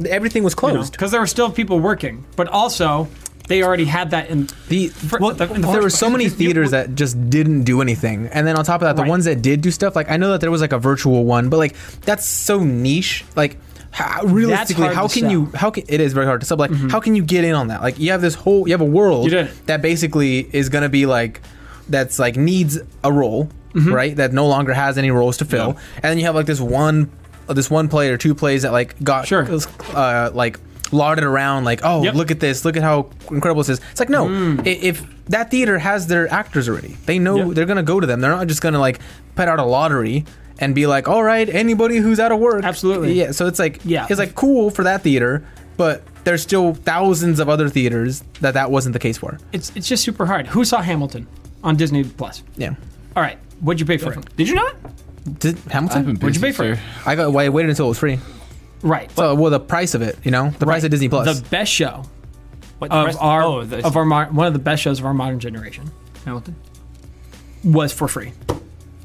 Everything was closed.
Because there were still people working, but also they already had that in.
The,
For-
well,
the- in the
there
first
were so
place.
many theaters that just didn't do anything, and then on top of that, the
Right.
ones that did do stuff, like I know that there was like a virtual one, but like that's so niche. Like, how, realistically,
hard
how
to
can
sell.
you? How can it is very hard to sell. But like, how can you get in on that? Like, you have this whole, you have a world
Mm-hmm. You did.
that basically is gonna be like, that's like needs a role,
Mm-hmm.
right? That no longer has any roles to fill, and then you have like this one, this one play or two plays that like got
Sure.
uh, like lauded around like oh
Yep. Mm.
look at this look at how incredible this is it's like no i- if that theater has their actors already they know
Yep.
they're gonna go to them they're not just gonna like put out a lottery and be like all right anybody who's out of work
Absolutely.
yeah so it's like
Yeah.
it's like cool for that theater but there's still thousands of other theaters that that wasn't the case for
It's it's just super hard. Who saw Hamilton on Disney Plus?
yeah
All right, what'd you pay for it?
Did you not?
Did, Hamilton
What'd
you pay for it?
I got well, I waited until it was free
Right.
so well the price of it you know the price of Disney Plus
The best show
What, the
of
rest-
our
oh, the-
of our mo- one of the best shows of our modern generation
Hamilton.
was for free.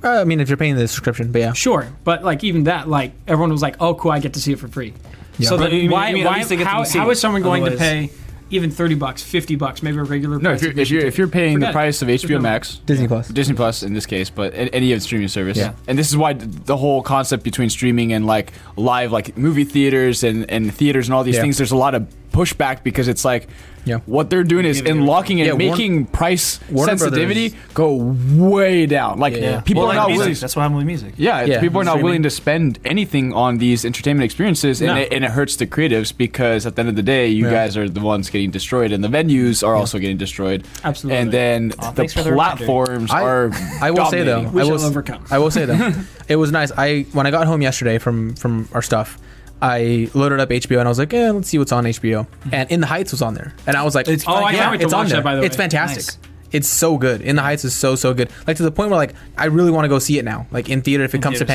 uh, I mean if you're paying the subscription but yeah
Sure, but like even that, like everyone was like, "Oh, cool, I get to see it for free." So
But
then
you mean-
why
you mean at
why
least they get to
how,
see
how
it,
is someone going to
otherwise-
pay even thirty bucks, fifty bucks, maybe a regular?
No, if
price
you're if
admission
you're, if
ticket?
you're paying the
Forget it.
price of
There's
HBO
no-
Max,
Disney Plus.
Disney Plus in this case, but a- any of the streaming service,
Yeah.
and this is why th- the whole concept between streaming and like live, like movie theaters and and theaters and all these
Yeah.
things, there's a lot of pushback because it's like.
Yeah.
What they're doing is
Giving it-
unlocking and
Yeah, Warner-
making price
Warner
sensitivity
Brothers-
go way down. Like
Yeah.
people
Well,
are
like
not
music.
willing.
That's what I'm with music.
Yeah,
Yeah,
people are not
streaming.
willing to spend anything on these entertainment experiences, and,
No.
it, and it hurts the creatives because at the end of the day, you
Yeah.
guys are the ones getting destroyed, and the venues are also getting destroyed.
Absolutely.
And then the
thanks for the reminder.
platforms
I-
are.
I will say though,
dominating.
We
I will
shall
s-
overcome.
I will say though, it was nice. I when I got home yesterday from from our stuff, I loaded up HBO and I was like, eh, let's see what's on HBO. And In the Heights was on there, and I was like,
It's- Oh, I can't
yeah,
wait to
it's on
watch that,
there.
by the
it's
way.
fantastic.
Nice.
It's so good. In the Heights is so so good. Like to the point where like I really want to go see it now. Like in theater if it comes
theaters.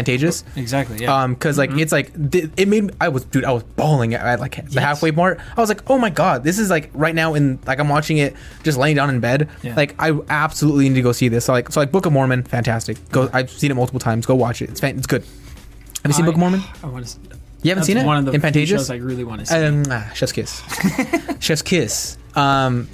to Pantages.
Exactly, yeah.
Um, cause like it's like th- it made I was dude I was bawling at, at, like the halfway mark. I was like, oh my god, this is like right now in like I'm watching it just laying down in bed.
Yeah.
Like I absolutely need to go see this. So like so like Book of Mormon, fantastic. Go I've seen it multiple times. Go watch it. It's fan- it's good. Have you seen Book of Mormon?
I want to.
You haven't seen it
One of the
in
few
Pantages.
shows I really want to see.
Um, ah, chef's kiss. chef's kiss. Um,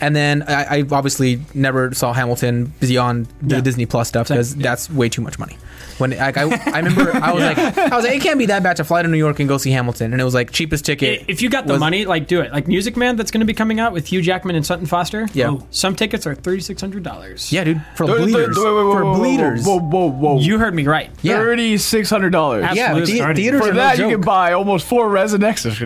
and then I, I obviously never saw Hamilton beyond the
Yeah.
Disney Plus stuff because that's way too much money. When like, I, I remember I was like I was like it can't be that bad to fly to New York and go see Hamilton and it was like cheapest ticket.
if you got the
was-
money, like do it. Like Music Man, that's going to be coming out with Hugh Jackman and Sutton Foster. oh,
Yeah.
some tickets are thirty six hundred dollars.
yeah, dude, for
Wait, wait, wait,
bleeders,
wait, wait,
for
whoa, whoa,
bleeders.
Whoa, whoa, whoa!
You heard me right.
Yeah.
Thirty six hundred dollars.
Yeah,
Absolutely.
the,
Starting.
theaters
For
are no
that,
joke.
you can buy almost four Resin X's.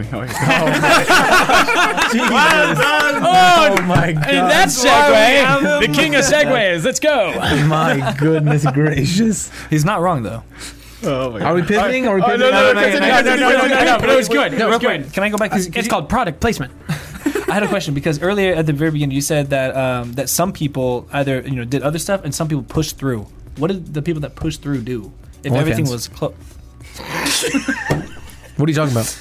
Oh,
Oh my
and
god!
that's segue. The king of segues. Let's go.
my goodness gracious!
He's not wrong though.
oh my
Are we pivoting? Are we
Oh,
pivoting?
no, no, no,
I- I-
continue,
I-
No, no, no, no, no, no, but it was good. It
No,
was
real
good.
quick. Can I go back? 'Cause
It's
you-
called product placement.
I had a question because earlier at the very beginning you said that um, that some people either you know did other stuff and some people pushed through. What did the people that pushed through do? If
OnlyFans.
everything was close,
What are you talking about?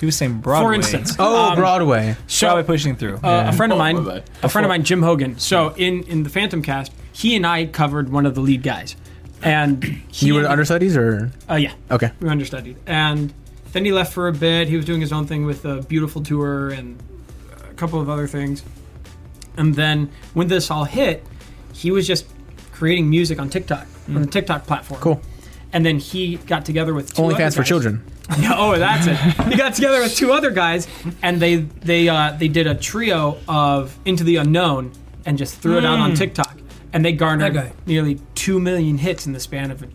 he was saying Broadway.
For instance, Um,
Oh, Broadway.
Broadway pushing through.
uh, a friend of
Oh,
mine,
my bad.
a friend of mine, Jim Hogan. So in in the Phantom cast, he and I covered one of the lead guys, and he,
You were understudies or
Uh, yeah,
okay?
we understudied, and then he left for a bit. He was doing his own thing with a beautiful tour and a couple of other things, and then when this all hit, he was just creating music on TikTok on the TikTok platform.
Mm. Cool.
And then he got together with two other
OnlyFans for
guys.
children.
Yeah, oh, that's it. He got together with two other guys, and they they uh, they did a trio of Into the Unknown, and just threw it out
Mm.
on TikTok, and they garnered
That guy.
nearly two million hits in the span of a,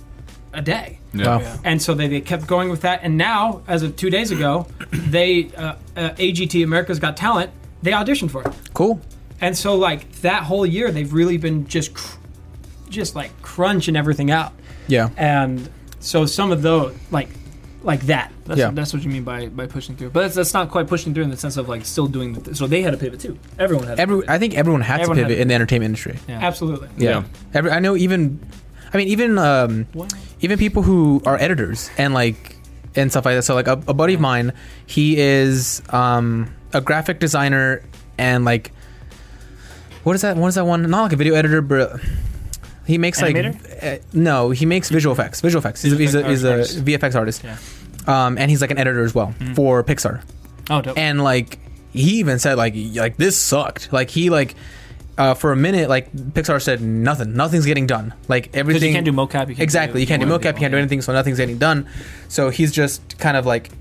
a day.
Wow.
And so they, they kept going with that, and now, as of two days ago, they uh, uh, AGT America's Got Talent they auditioned for it,
Cool.
and so like that whole year they've really been just cr- just like crunching everything out,
Yeah.
and so some of those like like that.
That's,
Yeah.
that's what you mean by, by pushing through. But that's, that's not quite pushing through in the sense of like still doing the th- so they had to pivot too. Everyone had to
Every
pivot.
I think everyone had
Everyone
to
had
pivot
to
in the entertainment industry. Yeah.
Absolutely.
Yeah.
Every I know even I mean even um even people who are editors and like and stuff like that. So like a, a buddy of mine, he is um a graphic designer and like what is that what is that one? Not like a video editor, but He makes like uh, no, he makes visual effects. Visual effects. He's, a- he's, a,
Visual
he's a
effects artist. Mm.
VFX artist, um, and he's like an editor as well for Pixar.
Oh, dope.
And like he even said like y- like this sucked. Like he like uh, for a minute like Pixar said nothing. Nothing's getting done. Like
Because
everything
you can't do mocap. You can't
exactly. You can't do
more
mocap. You can't do anything. So nothing's getting done. So he's just kind of like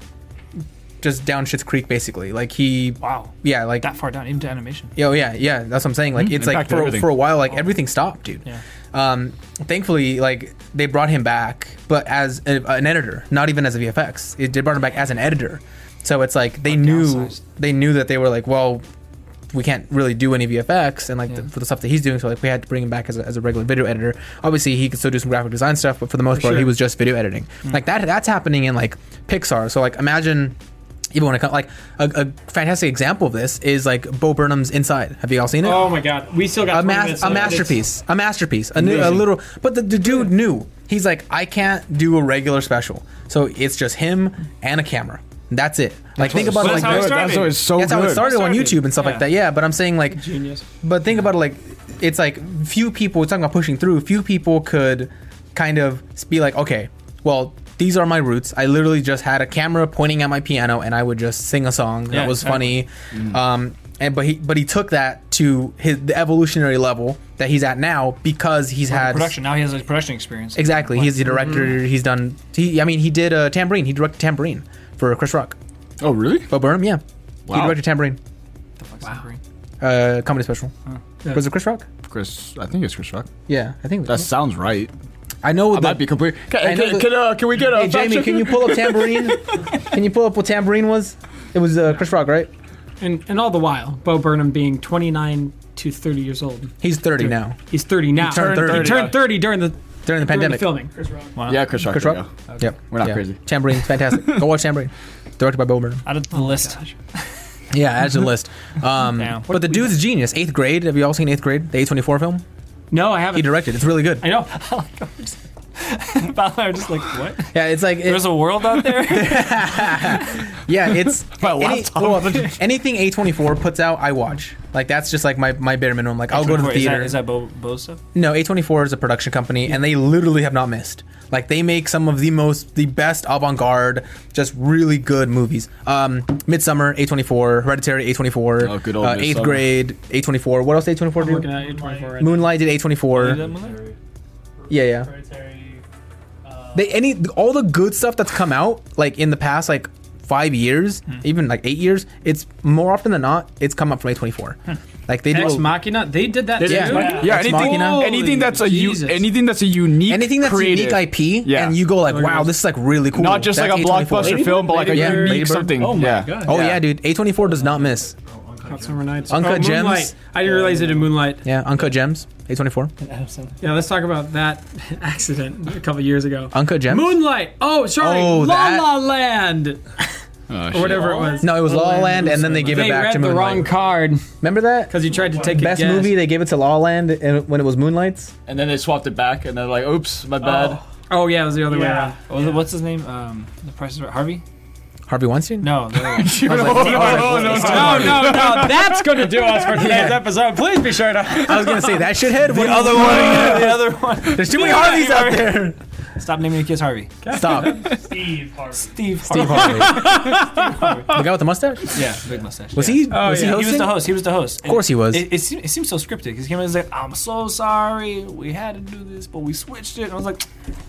just down shit's creek basically. Like he
Wow.
yeah like
That far down, even to animation.
Yo, Oh, yeah, yeah. That's what I'm saying. Like, it's like
Impacted
for,
everything.
for a while, like everything stopped, dude.
Yeah.
Um, thankfully, like they brought him back, but as a, an editor, not even as a VFX. It, they brought him back as an editor. So it's like they knew
downsized.
they knew that they were like, well, we can't really do any VFX and like the, for the stuff that he's doing. So like we had to bring him back as a, as a regular video editor. Obviously, he could still do some graphic design stuff, but for the most part, he was just video editing. Like that that's happening in like Pixar. So like imagine. Even when it comes, like a, a fantastic example of this is like Bo Burnham's Inside. Have you all seen it?
Oh my god, we still got
a,
20
mas-
minutes
a
left.
masterpiece, a masterpiece, a, new, a little. But the, the dude knew. He's like, I can't do a regular special, so it's just him and a camera. That's it. Like, think about it. Like,
that's how it started.
That's always so
that's
good.
how it started on
started.
YouTube and stuff
Yeah.
like that. Yeah, but I'm saying like,
It's genius.
but think about it. Like, it's like few people. We're talking about pushing through. Few people could kind of be like, okay, well. These are my roots. I literally just had a camera pointing at my piano, and I would just sing a song
Yeah,
that was
exactly. Mm.
funny company. Um, and but he but he took that to his the evolutionary level that he's at now because he's
Like,
had
production. Mm-hmm. Now he has like production experience.
exactly.
Like,
He's the director. He's done. He, I mean, he did uh, Tambourine. He directed Tambourine for Chris Rock.
Oh, really?
Bo Burnham, yeah, he
Wow.
directed Tambourine,
the fuck's that green?
uh, comedy special. Was it Chris Rock?
Chris, I think it's Chris Rock.
Yeah, I think
That sounds right.
I know.
I
the-
might be complete.
I
Can,
know
can,
the-
can, uh, can we get a
hey, Jamie, can you pull up Tambourine? can you pull up what Tambourine was? It was uh, Chris Rock, right?
And and all the while, Bo Burnham being 29 to 30 years old.
He's thirty now
He's 30 now.
turned 30.
He turned 30 during the
during the
during the
pandemic.
filming.
Yeah, Chris Rock.
Chris
there
Rock.
you
Yep,
We're not
yeah.
crazy.
Tambourine, fantastic. Go watch Tambourine, directed by Bo Burnham.
Out of the list.
Yeah, add to the list. Um,
Yeah.
But the dude's a genius. Eighth grade. Have you all seen Eighth Grade? The A24 film?
No, I
He
haven't.
directed. It's really good.
I know.
But I'm just like, what?
Yeah, it's like it,
There's a world out there.
yeah, it's
My
any-
laptop.
well, anything A24 puts out, I watch. Like that's just like my, my bare minimum. Like I'll go to the
Wait, is that-
theater.
Is that Bo, Bo stuff?
no, A24 is a production company, and they literally have not missed. Like they make some of the most, the best avant-garde, just really good movies. Um, Midsummer, A24, Hereditary, A24,
Oh, good old
uh, Eighth
Midsommar.
Grade, A24. What else? did A24
Looking
do?
at 824 right now.
Moonlight did A24.
Is that Miller?
yeah, yeah.
uh,
they any all the good stuff that's come out like in the past like five years
Hmm.
even like eight years it's more often than not it's come up from a24
Hmm.
like they
Ex
do
Machina, they did that too.
Yeah, yeah.
Yeah, Ex
anything,
Machina.
anything that's a u-
Jesus.
anything that's a unique
anything that's
creative.
unique ip
Yeah.
and you go like wow this is like really cool
not just
That's
like a
A24.
blockbuster film, but like a
Ladybird? Yeah.
unique
Ladybird?
something.
Oh my
yeah.
God.
oh yeah. dude a24 does not miss
Hot Summer Nights.
Uncut Gems.
Oh, Moonlight. I didn't realize it in Moonlight.
yeah uncut gems a24
Yeah, let's talk about that accident a couple years ago.
uncut gems
Moonlight. Oh, sorry.
Oh,
La
that-
La Land.
Oh,
Or
shit.
whatever it was.
no it was la La land and then they gave
Oh, They
it back
read
to
the wrong
moonlight
card
remember that
because you tried to take
best
a guess.
movie they gave it to la La land and when it was moonlights
And then they swapped it back, and they're like, "Oops, my bad."
Oh yeah, it was the other way
Yeah.
around.
Oh, What's his name? Um, the Price is Right. Harvey?
harvey weinstein
No. the other
I
one.
was like,
no,
alright,
no,
let's-
no,
let's
no.
talk
No,
about it.
no, no. That's going to do us for today's episode. Please be sure to.
oh, I was gonna say that shithead. The other
the other one.
There's too many Harveys out there.
Stop naming your kids Harvey.
Stop.
Steve Harvey.
Steve Harvey.
Steve Harvey. the guy with the mustache?
Yeah, big mustache.
Was
yeah.
he?
Oh,
was
yeah.
he
He
hosting?
was the host. He was the host.
Of course he was.
It, it, seemed, it seemed so scripted because he came in and was like, I'm so sorry. We had to do this, but we switched it. And I was like,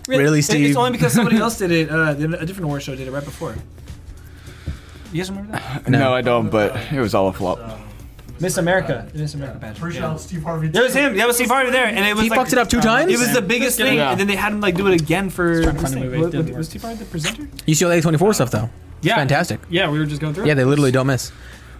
Really,
It-
Steve?
it's only because somebody else did it. Uh, did a different award show did it right before. You guys remember that?
No.
No.
I don't. But it was all a flop.
Miss America. Miss America pageant.
First
Yeah.
out, Steve Harvey.
There was him. That was Steve Harvey there, and it was
He
like,
fucked it up two times.
It was the biggest thing,
Yeah.
and then they had him like do it again for.
trying to find
this
a
thing.
movie.
Was-
It didn't
was
work.
Steve Harvey the presenter?
UCLA 24 stuff though. It's
Yeah.
fantastic.
Yeah, we were just going through.
Yeah,
it.
they literally don't miss.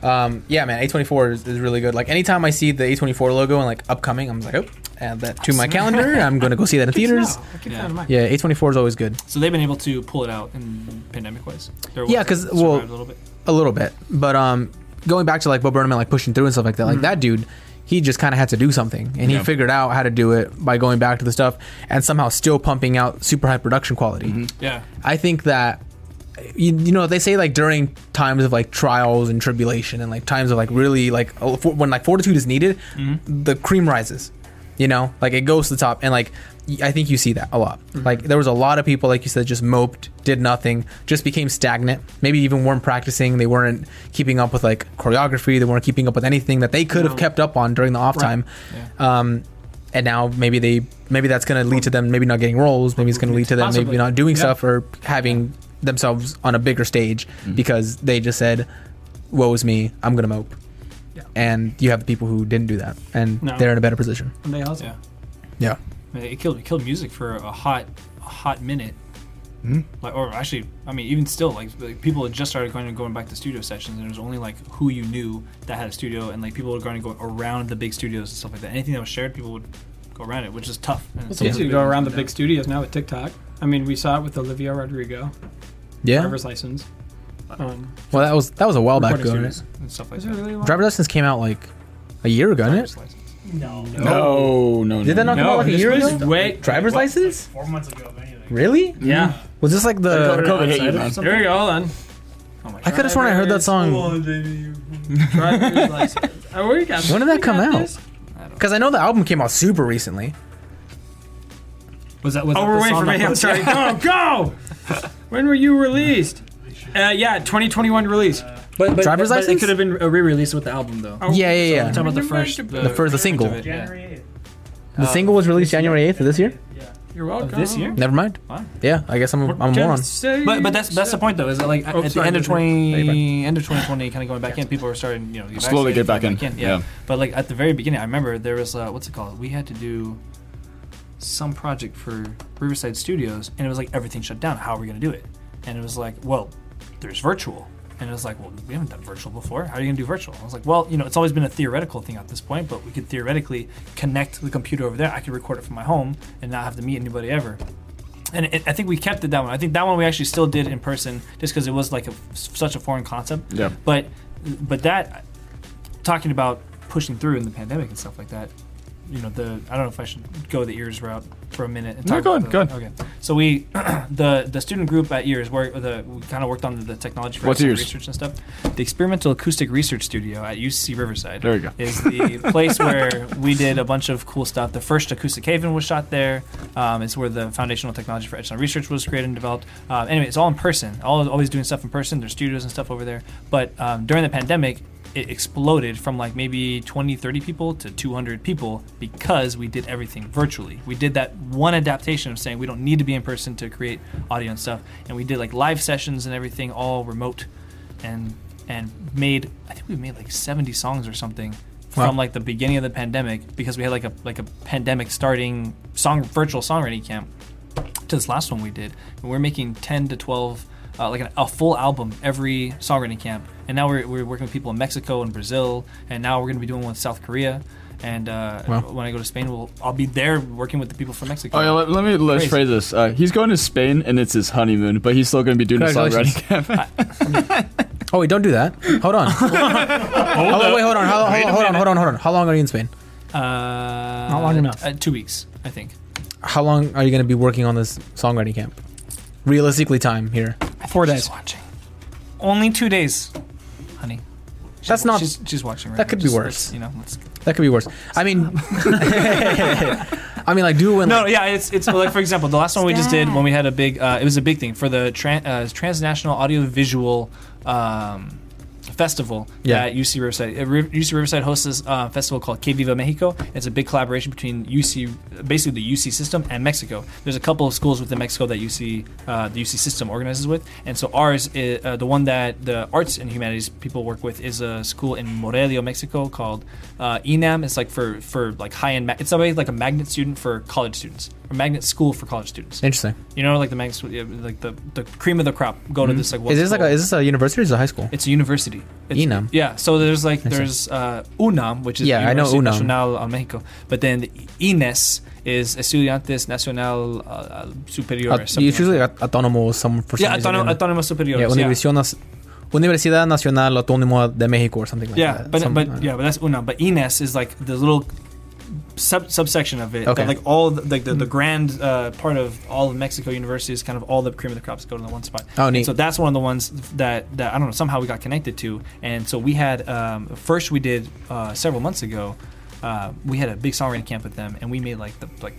Um, yeah, man, A24 is, is really good. Like anytime I see the A24 logo and like upcoming, I'm just like, oh, add that to my calendar. I'm gonna go see that in theaters.
Yeah.
Yeah, A24 is always good.
So they've been able to pull it out in pandemic wise. They're
Yeah,
able to
'cause,
survive
well-
a little bit.
A little bit, but um, going back to like Bo Burnham and like pushing through and stuff like that. Like that dude, he just kind of had to do something, and he
Yeah.
figured out how to do it by going back to the stuff and somehow still pumping out super high production quality.
Yeah.
I think that you, you know they say like during times of like trials and tribulation and like times of like really like oh, for- when like fortitude is needed, the cream rises. You know, like it goes to the top, and like y- I think you see that a lot. Like there was a lot of people, like you said, just moped, did nothing, just became stagnant. Maybe even weren't practicing. They weren't keeping up with like choreography. They weren't keeping up with anything that they could have kept up on during the off time. Um, and now maybe they maybe that's going to lead to them maybe not getting roles. Maybe it's going to lead to them
Possibly.
maybe not doing
Yeah.
stuff or having themselves on a bigger stage because they just said, "Woe is me, I'm going to mope."
Yeah.
And you have the people who didn't do that, and
No.
they're in a better position.
And they also
Yeah.
Yeah.
I mean, it killed it killed music for a hot a hot minute.
Hmm?
Like, or actually, I mean, even still, like, like people had just started going going back to studio sessions, and it was only like who you knew that had a studio, and like people were going to go around the big studios and stuff like that. Anything that was shared, people would go around it, which is tough. And
It's easy to go around the big studios now with TikTok. I mean, we saw it with Olivia Rodrigo,
Yeah.
driver's license. Um,
Well, that was that was a while back
Recording
ago.
studios.
right?
and stuff like
is it
that.
really long?
Driver license came out like a year ago, didn't it?
Driver's license.
No.
No, no, no.
Did that not come
no,
out like a
this
year
was
ago?
way-
Driver's
What?
license?
Four months ago, if anything.
Really?
Yeah.
Was this like the?
COVID hit you, man.
Here we go. Hold on.
Oh my
I
god!
could have sworn I heard that song.
Driver's license. Oh, we got-
When did that come
we got
out?
this?
Because I know the album came out super recently.
Was that was
Oh,
that
we're
the
waiting
song
for me.
that
I'm
was-
sorry. Go, go. When were you released? Uh, yeah, 2021 release.
But, but,
Driver's
but
license?
It could have been a re-release with the album though.
Oh,
Yeah, yeah,
I'm
yeah.
talking about the first, the,
The first, the single.
Yeah.
January
The single was released January eighth of Uh, this year.
You're welcome.
This year?
Never mind.
Wow.
Yeah, I guess I'm a, I'm a moron.
But but that's that's the point though. Is that like at-
Oh,
at
sorry,
the end of
go ahead.
twenty end of twenty twenty, kind of going back in, people were starting you know get
Slowly get back
vaccinated,
in,
going Yeah.
yeah.
but like at the very beginning, I remember there was uh, what's it called? We had to do some project for Riverside Studios, and it was like everything shut down. How are we going to do it? And it was like, well, there's virtual. And it was like, well, we haven't done virtual before. How are you going to do virtual? I was like, well, you know, it's always been a theoretical thing at this point, but we could theoretically connect the computer over there. I could record it from my home and not have to meet anybody ever and it, I think we kept it that one. I think that one we actually still did in person, just because it was like a, such a foreign concept.
Yeah.
But but that talking about pushing through in the pandemic and stuff like that. You know the I don't know if I should go the ears route for a minute. And
No,
talk
go
about
on, go
the-
on.
Okay. So we the the student group at ears where the we kind of worked on the technology for
What's
excellent
EARS?
research and stuff. The Experimental Acoustic Research Studio at UC Riverside.
There we go.
Is the place where we did a bunch of cool stuff. The first Acoustic Haven was shot there. Um, it's where the foundational technology for excellent research was created and developed. Um, anyway, it's all in person. All always doing stuff in person. There's studios and stuff over there. But um, during the pandemic. It exploded from like maybe 20, 30 people to 200 people because we did everything virtually. We did that one adaptation of saying we don't need to be in person to create audio and stuff. And we did like live sessions and everything all remote and and made I think we made like 70 songs or something from like the beginning of the pandemic because we had like a like a pandemic starting song virtual songwriting camp to this last one we did and we're making 10 to 12 uh, like an, a full album every songwriting camp and now we're, we're working with people in mexico and brazil and now we're going to be doing one in south korea and uh, when i go to spain we'll, i'll be there working with the people from mexico
Oh yeah, let, let me let's
Crazy.
phrase this. Uh, he's going to Spain and it's his honeymoon, but he's still going to be doing a
Congratulations.
songwriting camp.
Oh wait, don't do that. Hold on. hold oh, wait, hold on. How, hold, on, hold on. Hold on. Hold on. How long are you in Spain?
uh,
Not long enough.
uh, two weeks i think
How long are you going to be working on this songwriting camp? Realistically, time here.
Four days.
She's watching. Only two days, honey.
That's not-
She's, she's watching. Right
that
now.
could be
Just
worse.
let's- You know. Let's,
That could be worse. I mean, I mean, like do it when
no,
like,
yeah, it's it's like for example, the last one we just did when we had a big, uh, it was a big thing for the tran- uh, transnational audiovisual. Um, Festival
Yeah.
at UC Riverside. Uh, Ri- UC Riverside hosts this uh, festival called Que Viva Mexico. It's a big collaboration between UC, basically the UC system and Mexico. There's a couple of schools within Mexico that UC, uh, the UC system organizes with, and so ours, is, uh, the one that the arts and humanities people work with, is a school in Morelia, Mexico called uh, ENAM. It's like for for like high end. Ma- it's somebody like a magnet student for college students, or magnet school for college students.
interesting.
You know, like the magnet, school- yeah, like the the cream of the crop go to this like.
Mm-hmm. Is
what's
this like a,
called-
is this a university or is it a high school?
it's a university. It's,
UNAM.
Yeah. So there's like there's uh, UNAM, which is
Yeah, I know
Universidad
UNAM.
Nacional al Mexico. But then the INES is Estudiantes Nacional uh, Superior.
Uh,
or something like
usually like autonomous or some for
that. yeah,
some reason.
autonomous, autonomous superior.
yeah, Universidad, Nas- Universidad Nacional Autónoma de México or something like
yeah,
that.
but
Some-
but yeah, but that's Una. But E Ines is like the little sub subsection of it.
Okay.
That, like all the, like the, the grand uh, part of all of Mexico universities, kind of all the cream of the crops go to the one spot.
Oh, neat.
And so that's one of the ones that that I don't know somehow we got connected to, and so we had um, first we did uh, several months ago. uh, we had a big songwriting camp with them, and we made like the like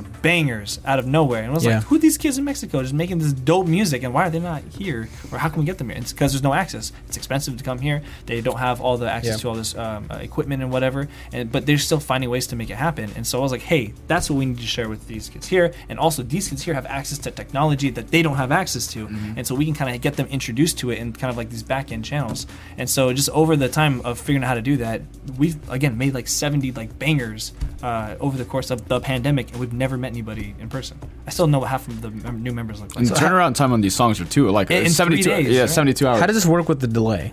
some bangers out of nowhere. And I was
Yeah.
like, who are these kids in Mexico just making this dope music, and why are they not here? Or how can we get them here? It's because there's no access. It's expensive to come here. They don't have all the access
Yeah.
to all this um, uh, equipment and whatever. And but they're still finding ways to make it happen. And so I was like, hey, that's what we need to share with these kids here. And also, these kids here have access to technology that they don't have access to. And so we can kind of get them introduced to it in kind of like these back end channels. And so just over the time of figuring out how to do that, we've again made like 70 like bangers uh, over the course of the pandemic, and we've never met anybody in person. I still know what half of the mem- new members look like.
And the turnaround time on these songs are too like
In- in
seventy two.
three days,
yeah,
right?
seventy two hours.
How does this work with the delay?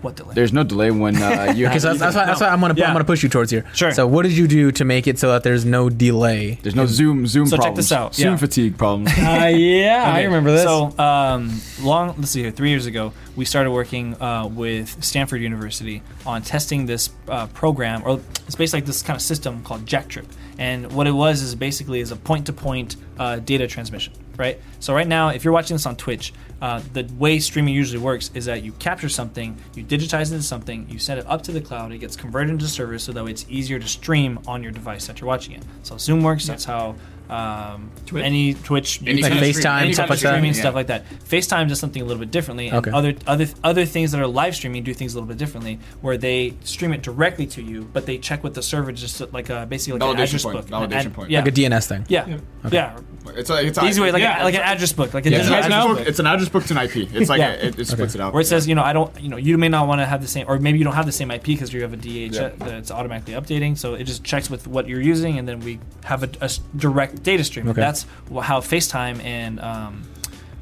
what delay?
There's no delay when uh, you.
Okay, so that's, that's, why, that's why I'm gonna
Yeah.
I'm gonna push you towards here.
Sure.
So what did you do to make it so that there's no delay?
There's no Zoom Zoom
So check
problems.
this out,
Zoom
yeah.
fatigue problems.
Uh, yeah, I remember
So, um, long, let's see here, three years ago, we started working uh, with Stanford University on testing this uh, program, or it's basically like this kind of system called JackTrip. And what it was is basically is a point-to-point uh, data transmission, right? So right now, if you're watching this on Twitch, uh, the way streaming usually works is that you capture something, you digitize it into something, you send it up to the cloud, it gets converted into service so that way it's easier to stream on your device that you're watching it. So Zoom works, that's how um, any Twitch,
Any
like
kind of
FaceTime,
streaming.
stuff like that.
streaming stuff like that. FaceTime does something a little bit differently, and
Okay.
other other other things that are live streaming do things a little bit differently, where they stream it directly to you, but they check with the server just like a basically like
Validation
an address
point,
book,
validation
An ad-
point.
Yeah,
Like a DNS thing.
yeah, yeah.
it's like it's
Easy way, like, a, like an address book, like a
Yeah.
digital
It's an,
address
address
book.
book, it's an address book to an IP. It's like
Yeah.
a, it, it splits it out.
where it says, you know, I don't, you know, you may not want to have the same, or maybe you don't have the same IP because you have a DH
Yeah.
that's automatically updating. So it just checks with what you're using, and then we have a, a s- direct data stream.
Okay.
That's wh- how FaceTime and um,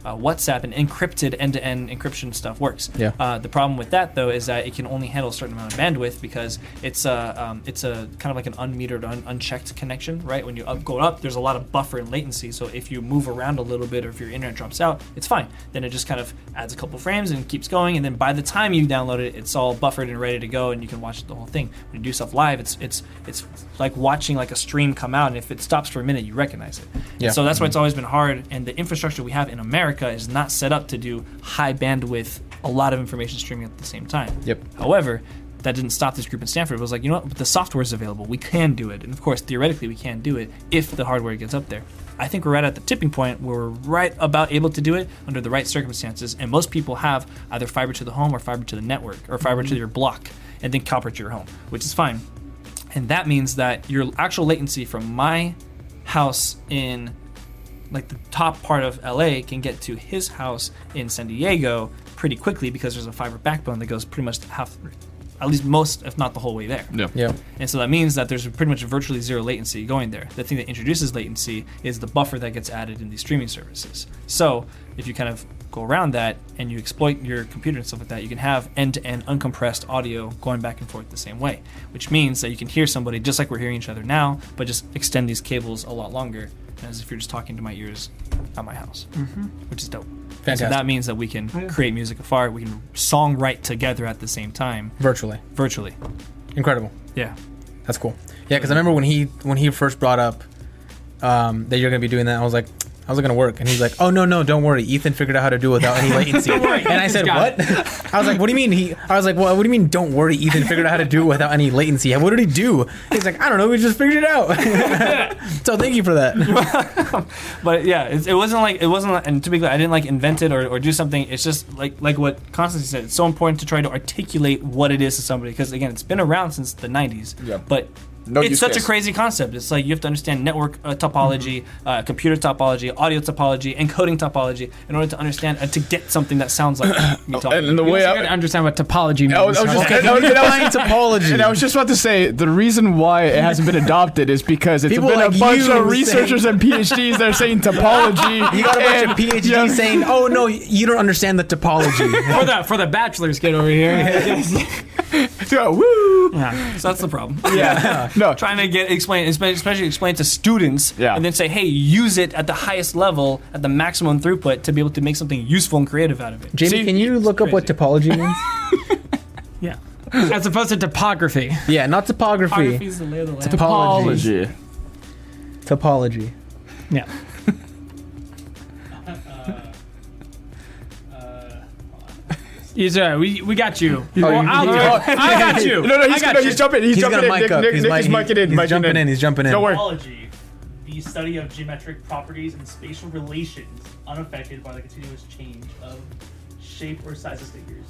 uh, WhatsApp and encrypted end-to-end encryption stuff works.
Yeah.
Uh, the problem with that though is that it can only handle a certain amount of bandwidth because it's a um, it's a kind of like an unmetered, un- unchecked connection, right? When you up, go up, there's a lot of buffer and latency. So if you move around a little bit or if your internet drops out, it's fine. Then it just kind of adds a couple frames and keeps going. And then by the time you download it, it's all buffered and ready to go, and you can watch the whole thing. When you do stuff live, it's it's it's like watching like a stream come out, and if it stops for a minute, you recognize it.
Yeah.
So that's why it's always been hard. And the infrastructure we have in America is not set up to do high bandwidth, a lot of information streaming at the same time.
Yep.
However, that didn't stop this group in Stanford. It was like, you know what? But the software is available. We can do it. And of course, theoretically, we can do it if the hardware gets up there. I think we're right at the tipping point where we're right about able to do it under the right circumstances. And most people have either fiber to the home or fiber to the network or fiber to your block and then copper to your home, which is fine. And that means that your actual latency from my house in like the top part of LA can get to his house in San Diego pretty quickly because there's a fiber backbone that goes pretty much half, at least most, if not the whole way there.
Yeah.
Yeah.
And so that means that there's pretty much virtually zero latency going there. The thing that introduces latency is the buffer that gets added in these streaming services. So if you kind of go around that and you exploit your computer and stuff like that, you can have end to end uncompressed audio going back and forth the same way, which means that you can hear somebody just like we're hearing each other now, but just extend these cables a lot longer as if you're just talking to my ears at my house, which is dope. And So
Fantastic.
that means that we can create music afar, we can song write together at the same time
Virtually.
virtually.
Incredible.
Yeah.
That's cool. Yeah, because I remember when he when he first brought up um, that you're gonna be doing that, I was like, how's it gonna work? And he's like, oh no no, don't worry. Ethan figured out how to do it without any latency. and I said, what? I was like, what do you mean? He? I was like, well, what do you mean? Don't worry. Ethan figured out how to do it without any latency. What did he do? He's like, I don't know. We just figured it out. so thank you for that.
but yeah, it, it wasn't like it wasn't. Like, and to be clear, I didn't like invent it or, or do something. It's just like like what Constantine said. It's so important to try to articulate what it is to somebody because again, it's been around since the '90s.
Yeah.
But
No
it's
use
such
case.
a crazy concept. It's like you have to understand network uh, topology,
Mm-hmm.
uh, computer topology, audio topology, encoding topology in order to understand and to get something that sounds like me talking.
And the way
You gotta
I,
understand what topology means.
I was, I was just,
right?
I was- I was-
Define topology.
And I was just about to say the reason why it hasn't been adopted is because it's
People
been
like
a bunch
you
of researchers and PhDs that are saying topology.
You got a bunch of
and-
PhDs
yeah.
saying, oh no, you don't understand the topology.
for the for the bachelor's kid over here.
Yeah, woo.
So that's the problem.
Yeah. No.
trying to get explain espe- especially explain to students
Yeah.
and then say hey use it at the highest level at the maximum throughput to be able to make something useful and creative out of it
Jamie, can you look up what topology means?
yeah. As opposed to topography.
yeah, not topography.
Topography's the lay of the land.
Topology. Topology.
Yeah. Yes, sir. We, we got you. Well,
you-
I'll
you-
do it. I got you.
No, no,
I
he's,
got
no,
you.
he's jumping. He's,
He's
jumping
gonna
in.
mic
Nick,
up.
Nick,
He's
Nick
mic-
is micing in.
he's
micing
jumping in. He's jumping in.
Don't worry.
Topology, the study of geometric properties and spatial relations unaffected by the continuous change of shape or size of figures.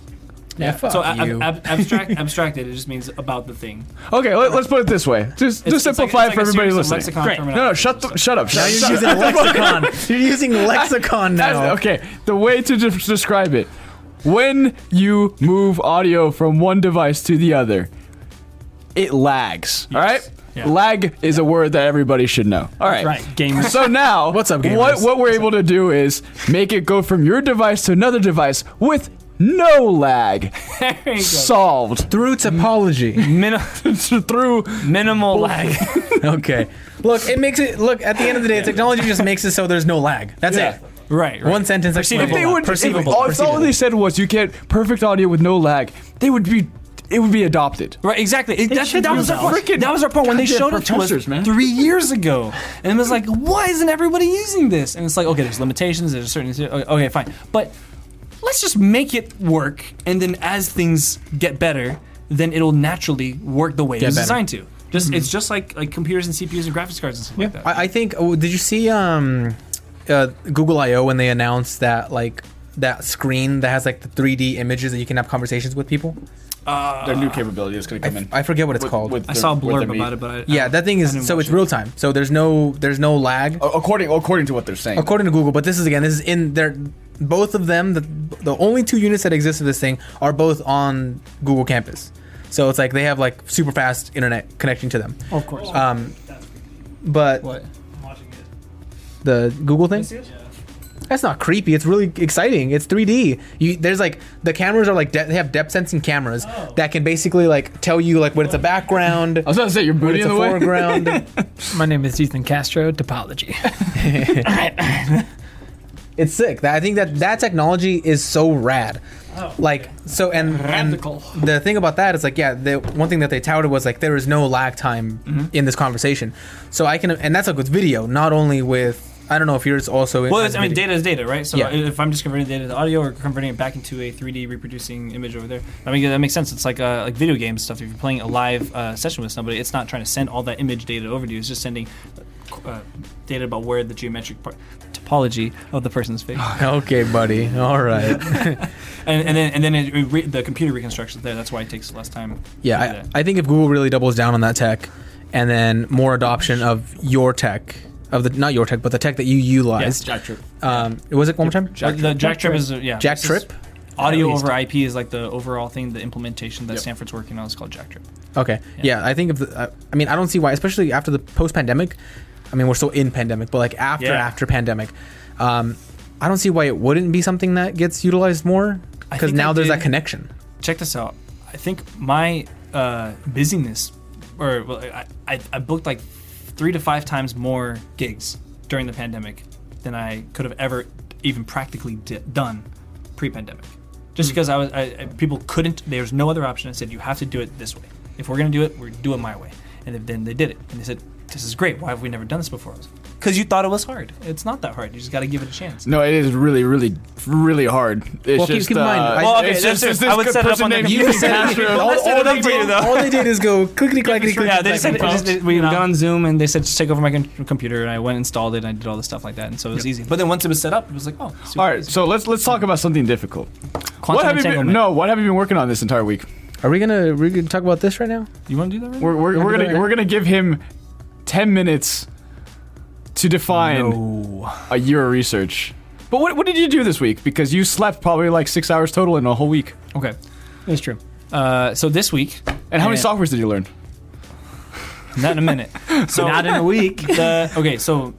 Yeah, fuck
So uh, ab-
you.
ab- abstract, abstracted, it just means about the thing.
Okay, let, us put it this way. Just,
It's-
just
it's like-
simplify it
it's
for
like a
everybody
series of
listening.
lexicon
Great.
No, no,
terminology.
shut, the, shut up.
now
Shut,
you're
shut
using
up.
lexicon. You're using lexicon now.
Okay, the way to de- describe it when you move audio from one device to the other, it lags. All right?
Yeah.
Lag is a word that everybody should know. All right.
Right, gamers.
So now,
What's up, gamers?
What, what we're able to do is make it go from your device to another device with no lag. Solved
Through topology.
Min-
through
minimal lag.
okay. Look, it makes it look at the end of the day, technology just makes it so there's no lag. That's it.
Right, right.
One sentence.
Perceivable.
If they
explainable.
would,
perceivable.
If, all- if all
perceivable.
they said was you get perfect audio with no lag, they would be. It would be adopted.
Right, exactly. It- that's-
should
that
do
was
that.
our point. That was our point when they
Goddamn
showed it to us
professors, man.
three years ago, and it was like, why isn't everybody using this? And it's like, okay, there's limitations. There's certain. Okay, okay, fine, but let's just make it work, and then as things get better, then it'll naturally work the way it was
better.
designed to. Just it's just like like computers and CPUs and graphics cards and stuff like that.
I, I think. Oh, did you see um, uh, Google I/O when they announced that like that screen that has like the 3D images that you can have conversations with people?
Their new capability is going to come in.
I forget what it's called.
With
I
the-
saw a
with the
blurb
meat.
about it, but I,
yeah, that thing
didn't
is so
watch
it's
it.
real time. So there's no there's no lag.
A- According according to what they're saying.
According to Google, but this is again this is in their both of them the the only two units that exist of this thing are both on Google campus. So it's like they have like super fast internet connecting to them.
Of course.
Um,
That's creepy.
but
what?
I'm watching it.
the Google thing.
Yeah.
That's not creepy. It's really exciting. It's 3D. You there's like the cameras are like de- they have depth sensing cameras
Oh.
that can basically like tell you like when it's a background,
I was about to say your
when
booty
it's
in
a
the way.
foreground.
My name is Ethan Castro. Topology.
it's sick. That- I think that that technology is so rad.
Oh,
Like so, and, and
Radical.
the thing about that is like, yeah, the one thing that they touted was like there is no lag time
Mm-hmm.
in this conversation, so I can, and that's like with video, not only with I don't know if yours also.
Well,
has
it's, I mean,
video.
data is data, right? So uh,
Yeah.
if I'm just converting data to audio or converting it back into a 3D reproducing image over there, I mean that makes sense. It's like uh, like video game stuff. If you're playing a live uh, session with somebody, it's not trying to send all that image data over to you. It's just sending uh, data about where the geometric part, topology of the person's face,
Okay, buddy. All right.
and, and then and then it, it re- the computer reconstruction there. That's why it takes less time. to do
Yeah,
that.
I, I think if Google really doubles down on that tech, and then more adoption of your tech, of the not your tech, but the tech that you utilize.
Jack Trip.
Um, it was it one more time?
Jack, the Jack Trip is uh, yeah.
Jack
this is-
Trip.
Audio
At least.
over IP is like the overall thing, the implementation that Stanford's working on is called Jack Trip.
Okay. Yeah, I think if the, uh, I mean I don't see why, especially after the post pandemic. I mean, we're still in pandemic, but like after
Yeah.
after pandemic, um, I don't see why it wouldn't be something that gets utilized more
I
because
think
now
I
there's
did-
that connection.
check this out. I think my uh, busyness, or well, I, I, I booked like three to five times more gigs during the pandemic than I could have ever even practically di- done pre-pandemic. Just because I was, I, I- people couldn't. There was no other option. I said you have to do it this way. If we're gonna do it, we're gonna do it my way. And then they did it, and they said, "This is great. Why have we never done this before?" Because you thought it was hard. It's not that hard. You just got to give it a chance.
No, it is really, really, really hard. It's
Well, keep-
just,
keep in mind,
uh,
I-
Well, okay,
it's
that's
just it's
it.
this
I would
good
set it up
person
on the
named
computer.
Ethan Castro.
All-
All-
all
all
they
they
do-
did-
though.
All they did is go clickety clackety click.
Yeah, they just said it just, we
You know?
got on Zoom and they said just take over my con- computer and I went and installed it and I did all this stuff like that and so it was easy. But then once it was set up, it was like oh, super
All right,
easy.
so let's let's talk about something difficult.
Quantum
what have you been,
entanglement.
no? What have you been working on this entire week?
Are we gonna we gonna talk about this right now?
you want to do that? Right
We're we're, we're
do
gonna
it.
we're gonna give him ten minutes to define a year of research. But what what did you do this week? Because you slept probably like six hours total in a whole week.
now? Okay.
That's true.
Uh, so this week,
And how many
Yeah.
softwares did you learn?
not in a minute. So
Not in a week.
the okay, so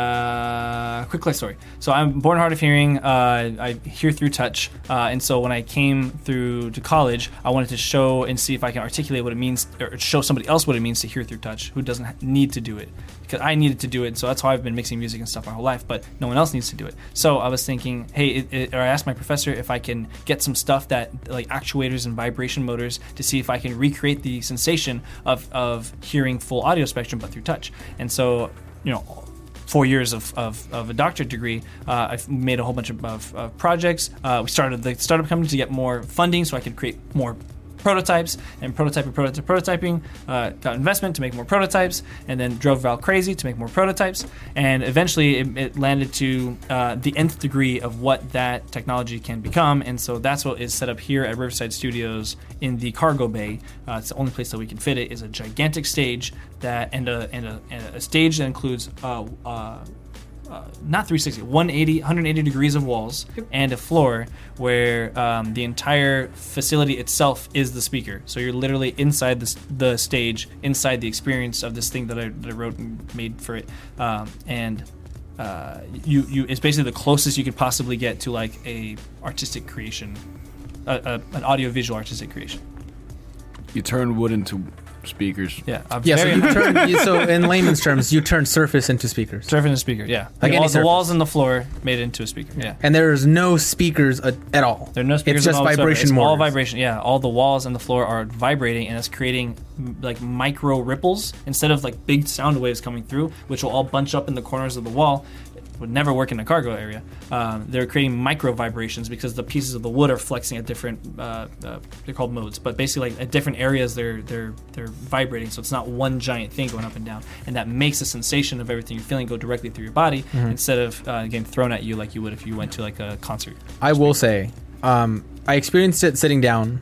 uh, quick life story. So I'm born hard of hearing. Uh, I hear through touch, uh, and so when I came through to college, I wanted to show and see if I can articulate what it means, or show somebody else what it means to hear through touch who doesn't ha- need to do it. Because I needed to do it, so that's why I've been mixing music and stuff my whole life. But no one else needs to do it. So I was thinking, hey, it, it, or I asked my professor if I can get some stuff that like actuators and vibration motors to see if I can recreate the sensation of of hearing full audio spectrum but through touch. And so you know four years of, of, of a doctorate degree, uh, I've made a whole bunch of, of, of projects. Uh, we started the startup company to get more funding so I could create more prototypes and prototyping, prototype, prototyping, uh, got investment to make more prototypes, and then drove Val crazy to make more prototypes. And eventually it, it landed to uh, the nth degree of what that technology can become. And so that's what is set up here at Riverside Studios in the cargo bay. Uh, it's the only place that we can fit it is a gigantic stage that and a, and a, and a stage that includes uh, uh, uh, not 360 180 180 degrees of walls and a floor where um, the entire facility itself is the speaker so you're literally inside the, s- the stage inside the experience of this thing that i, that I wrote and made for it um, and uh, you, you it's basically the closest you could possibly get to like a artistic creation uh, uh, an audiovisual artistic creation
You turn wood into speakers.
yeah I'm
Yeah, so
very
you turn. you- So in layman's terms, you turn surface into speakers,
surfing a speaker yeah
Like
the,
any
walls, the
surface.
walls and the floor made into a speaker yeah
and there is no speakers at, at all.
There are no speakers.
It's just
involved whatsoever.
vibration
It's
more.
All vibration. Yeah, all the walls and the floor are vibrating, and it's creating m- like micro ripples instead of like big sound waves coming through, which will all bunch up in the corners of the wall. It would never work in a cargo area. Um, they're creating micro vibrations because the pieces of the wood are flexing at different. Uh, uh, they're called modes, but basically like at different areas they're they're they're vibrating. So it's not one giant thing going up and down, and that makes the sensation of everything you're feeling go directly through your body
Mm-hmm.
instead of uh, getting thrown at you like you would if you went to like a concert.
I will say, um, I experienced it sitting down,